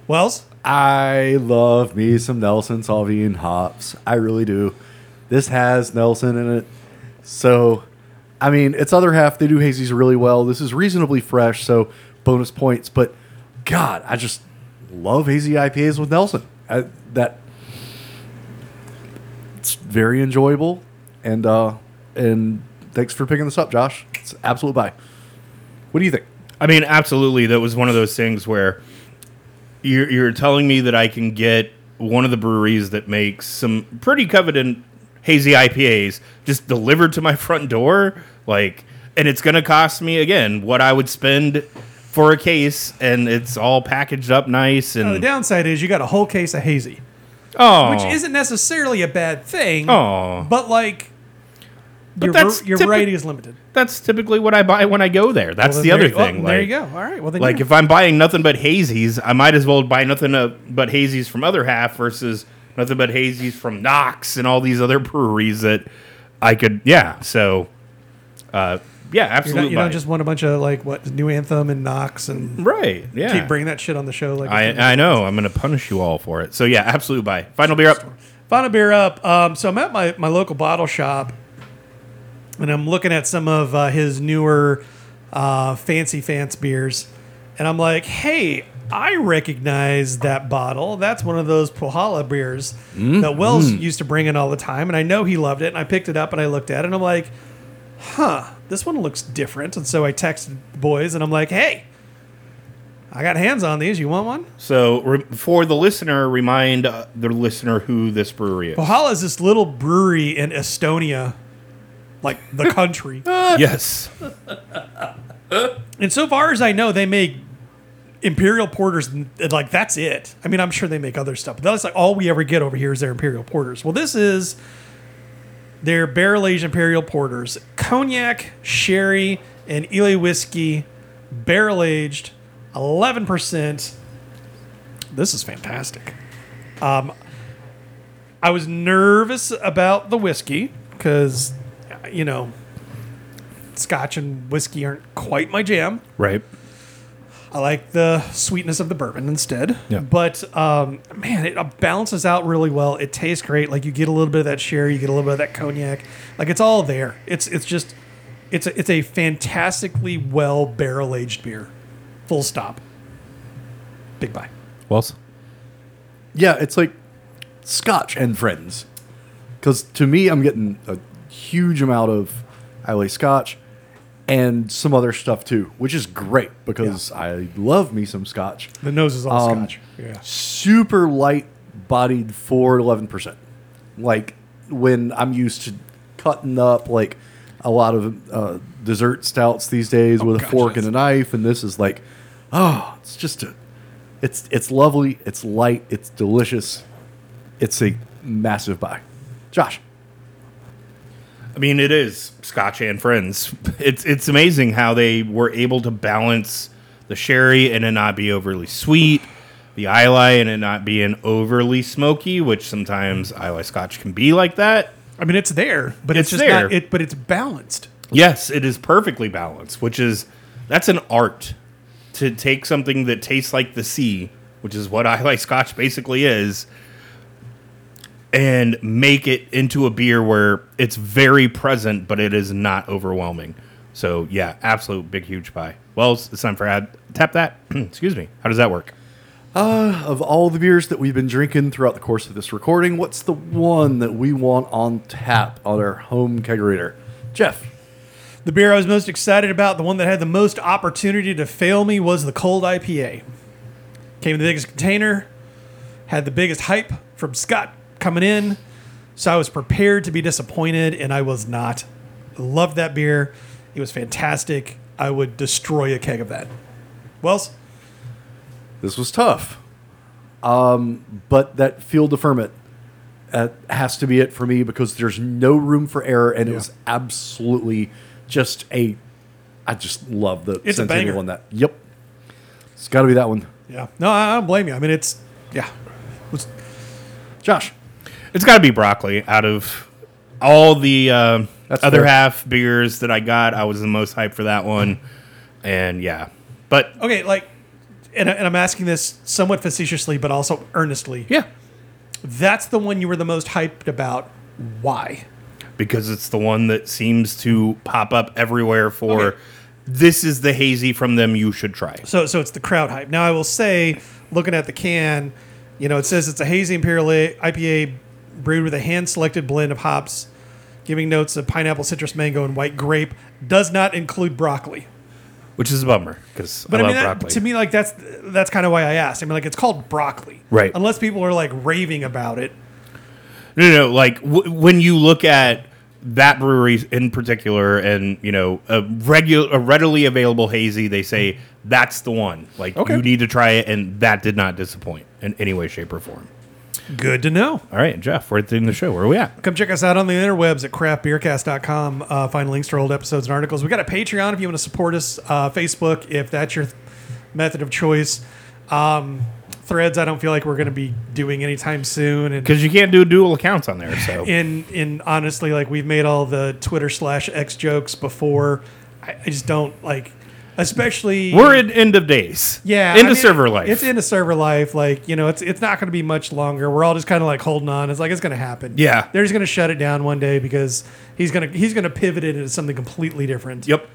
Speaker 2: Wells,
Speaker 3: I love me some Nelson Sauvignon hops. I really do. This has Nelson in it. So, I mean, its other half, they do hazies really well. This is reasonably fresh, so bonus points. But, God, I just love hazy IPAs with Nelson. I, that it's very enjoyable. And uh, and thanks for picking this up, Josh. It's an absolute buy. What do you think?
Speaker 1: I mean, absolutely. That was one of those things where you're, you're telling me that I can get one of the breweries that makes some pretty coveted hazy IPAs just delivered to my front door. Like, and it's going to cost me, again, what I would spend for a case, and it's all packaged up nice.
Speaker 2: Now, the
Speaker 1: And,
Speaker 2: downside is you got a whole case of hazy,
Speaker 1: Hmm. oh,
Speaker 2: Oh, which isn't necessarily a bad thing.
Speaker 1: Aw.
Speaker 2: But like, your,
Speaker 1: that's
Speaker 2: your
Speaker 1: typi-
Speaker 2: variety is limited.
Speaker 1: that's typically what I buy when I go there. That's
Speaker 2: Well,
Speaker 1: the
Speaker 2: then
Speaker 1: other
Speaker 2: there- well,
Speaker 1: thing.
Speaker 2: there you
Speaker 1: like-
Speaker 2: go. All right. Well, then
Speaker 1: Like
Speaker 2: yeah.
Speaker 1: if I'm buying nothing but hazies, I might as well buy nothing uh, but hazies from other half versus nothing but hazies from Knox and all these other breweries that I could. Yeah, so uh, yeah,
Speaker 2: You're not-
Speaker 1: absolutely.
Speaker 2: you don't just want a bunch of like what New Anthem and Knox and
Speaker 1: right. Yeah,
Speaker 2: keep bringing that shit on the show. Like it's-
Speaker 1: I I know I'm gonna punish you all for it. So yeah, absolute buy. Final beer up.
Speaker 2: Final beer up. Um, so I'm at my, my local bottle shop, and I'm looking at some of uh, his newer uh, fancy fans beers, and I'm like, hey, I recognize that bottle. That's one of those Puhala beers that Wells used to bring in all the time, and I know he loved it. And I picked it up and I looked at it, and I'm like, huh, this one looks different. And so I texted the boys, and I'm like, hey, I got hands on these. You want one?
Speaker 1: So re- for the listener, remind uh, the listener who this brewery is.
Speaker 2: Pahala is this little brewery in Estonia, like the country.
Speaker 1: yes,
Speaker 2: and so far as I know, they make imperial porters. and, Like that's it. I mean, I'm sure they make other stuff, but that's like all we ever get over here is their imperial porters. Well, this is their barrel aged imperial porters: cognac, sherry, and Ely whiskey, barrel aged, eleven percent. This is fantastic. Um, I was nervous about the whiskey because, you know, scotch and whiskey aren't quite my jam.
Speaker 1: right.
Speaker 2: I like the sweetness of the bourbon instead.
Speaker 1: Yeah.
Speaker 2: But um, man, it balances out really well. It tastes great. Like you get a little bit of that sherry, you get a little bit of that cognac. Like it's all there. It's it's just it's a, it's a fantastically well barrel aged beer. Full stop. Big bye.
Speaker 1: Wells.
Speaker 3: Yeah, it's like Scotch and friends. Because to me, I'm getting a huge amount of LA Scotch and some other stuff too, which is great because I love me some Scotch.
Speaker 2: The nose is all
Speaker 3: Um,
Speaker 2: scotch. Yeah.
Speaker 3: Super light bodied for 11%. Like when I'm used to cutting up like a lot of uh, dessert stouts these days with a
Speaker 2: Oh, gosh,
Speaker 3: fork
Speaker 2: yes.
Speaker 3: and a knife, and this is like, oh, it's just a. It's, it's lovely. It's light. It's delicious it's a massive buy. Josh.
Speaker 1: I mean, it is Scotch and Friends. It's it's amazing how they were able to balance the sherry and it not be overly sweet, the Islay and it not being overly smoky, which sometimes Islay Scotch can be like that.
Speaker 2: I mean, it's there, but it's,
Speaker 1: It's
Speaker 2: just
Speaker 1: there.
Speaker 2: not it. But it's balanced.
Speaker 1: Yes, it is perfectly balanced, which is that's an art to take something that tastes like the sea, which is what I like scotch basically is, and make it into a beer where it's very present, but it is not overwhelming. So yeah, absolute big huge pie. Well, it's it's time for ad tap that. Excuse me. How does that work?
Speaker 3: Of all the beers that we've been drinking throughout the course of this recording, what's the one that we want on tap on our home kegerator? Jeff.
Speaker 2: The beer I was most excited about, the one that had the most opportunity to fail me, was the cold IPA. Came in the biggest container, had the biggest hype from Scott coming in, so I was prepared to be disappointed, and I was not. Loved that beer. It was fantastic. I would destroy a keg of that. Wells,
Speaker 3: This was tough. Um, but that field deferment uh, has to be it for me because there's no room for error, and it
Speaker 2: Yeah.
Speaker 3: was absolutely just a. I just love the
Speaker 2: It's a
Speaker 3: Centennial
Speaker 2: banger.
Speaker 3: on that. Yep, it's got to be that one.
Speaker 2: yeah, no, I I don't blame you. I mean, it's yeah, It's-
Speaker 3: Josh,
Speaker 1: It's got to be broccoli. Out of all the uh,
Speaker 3: That's
Speaker 1: other
Speaker 3: fair.
Speaker 1: half beers that I got, I was the most hyped for that one. And yeah, but
Speaker 2: okay. Like, and, I- and I'm asking this somewhat facetiously, but also earnestly.
Speaker 1: yeah,
Speaker 2: That's the one you were the most hyped about. Why?
Speaker 1: because it's the one that seems to pop up everywhere for
Speaker 2: Okay.
Speaker 1: this is the hazy from them you should try.
Speaker 2: So so it's the crowd hype. Now I will say, looking at the can, you know, it says it's a hazy imperial A- IPA brewed with a hand-selected blend of hops, giving notes of pineapple, citrus, mango, and white grape. Does not include broccoli.
Speaker 1: which is a bummer because I,
Speaker 2: But I,
Speaker 1: love
Speaker 2: mean, that,
Speaker 1: broccoli.
Speaker 2: to me, like that's that's kind of why I asked. I mean, like it's called broccoli,
Speaker 1: Right.
Speaker 2: Unless people are like raving about it.
Speaker 1: no, no, no, like w- when you look at that brewery in particular, and you know a regular, a readily available hazy, they say that's the one. Like
Speaker 2: Okay.
Speaker 1: you need to try it, and that did not disappoint in any way, shape, or form.
Speaker 2: Good to know.
Speaker 1: All right, Jeff, we're at the end of the show. Where are we at?
Speaker 2: Come check us out on the interwebs at craftbeercast.com. Uh, find links to our old episodes and articles. We got a Patreon if you want to support us. Uh, Facebook if that's your th- method of choice. Um, threads I don't feel like we're going to be doing anytime soon. And
Speaker 1: Because you can't do dual accounts on there, so
Speaker 2: in in honestly, like we've made all the Twitter slash X jokes before. I, I just don't like, especially
Speaker 1: we're at end of days.
Speaker 2: yeah
Speaker 1: end
Speaker 2: I
Speaker 1: of
Speaker 2: mean,
Speaker 1: server life.
Speaker 2: It's into server life. Like you know, it's it's not going to be much longer. We're all just kind of like holding on. It's like it's going to happen.
Speaker 1: Yeah.
Speaker 2: they're just going to shut it down one day because he's gonna he's gonna pivot it into something completely different.
Speaker 1: yep.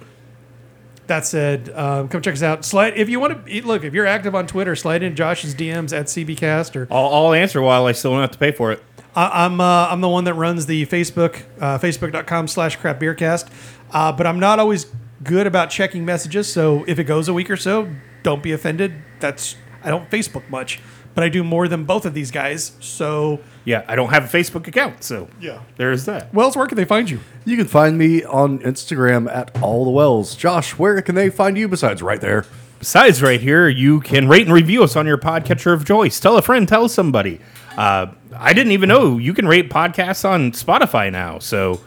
Speaker 2: That said, um, come check us out. Slide if you want to look if you're active on Twitter. Slide in Josh's DMs at CBcast or
Speaker 1: I'll, I'll answer while I still don't have to pay for it.
Speaker 2: I, I'm uh, I'm the one that runs the Facebook uh, facebook.com slash crap beercast. Uh, but I'm not always good about checking messages. So if it goes a week or so, don't be offended. That's I don't Facebook much, but I do more than both of these guys. So
Speaker 1: Yeah, I don't have a Facebook account, so
Speaker 2: Yeah.
Speaker 1: there's that.
Speaker 2: Wells, where can they find you?
Speaker 3: you can find me on Instagram at all the wells. Josh, where can they find you besides right there?
Speaker 1: Besides, right here, you can rate and review us on your podcatcher of choice. Tell a friend, tell somebody. Uh, I didn't even know you can rate podcasts on Spotify now. So,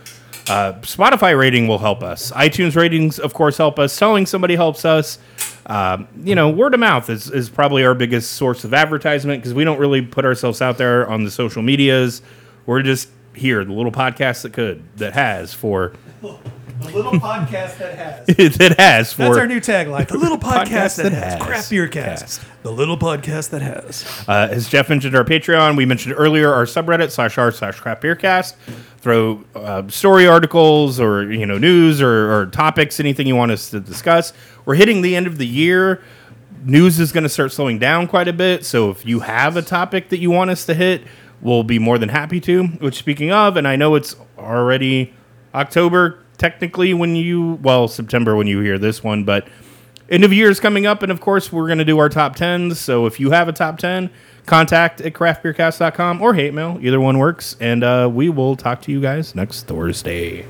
Speaker 1: uh, Spotify rating will help us. iTunes ratings, of course, help us. Telling somebody helps us. Um, you know, word of mouth is, is probably our biggest source of advertisement because we don't really put ourselves out there on the social medias. We're just here, the little podcast that could, that has for,
Speaker 2: The little podcast that has. That's
Speaker 1: that has for.
Speaker 2: our new tagline. The little podcast, that, has. Crap Beercast.
Speaker 1: Cast.
Speaker 2: The little podcast that has.
Speaker 1: Uh, as Jeff mentioned, our Patreon, we mentioned earlier our subreddit slash r slash crap beer cast. Throw uh, story articles or you know news or, or topics, anything you want us to discuss. We're hitting the end of the year. News is going to start slowing down quite a bit. So if you have a topic that you want us to hit, we'll be more than happy to. Which speaking of, and I know it's already October technically when you well September when you hear this one, but end of year is coming up, and of course, we're going to do our top 10s. So if you have a top 10, contact at craftbeercast.com or hate mail. Either one works. And uh, we will talk to you guys next Thursday.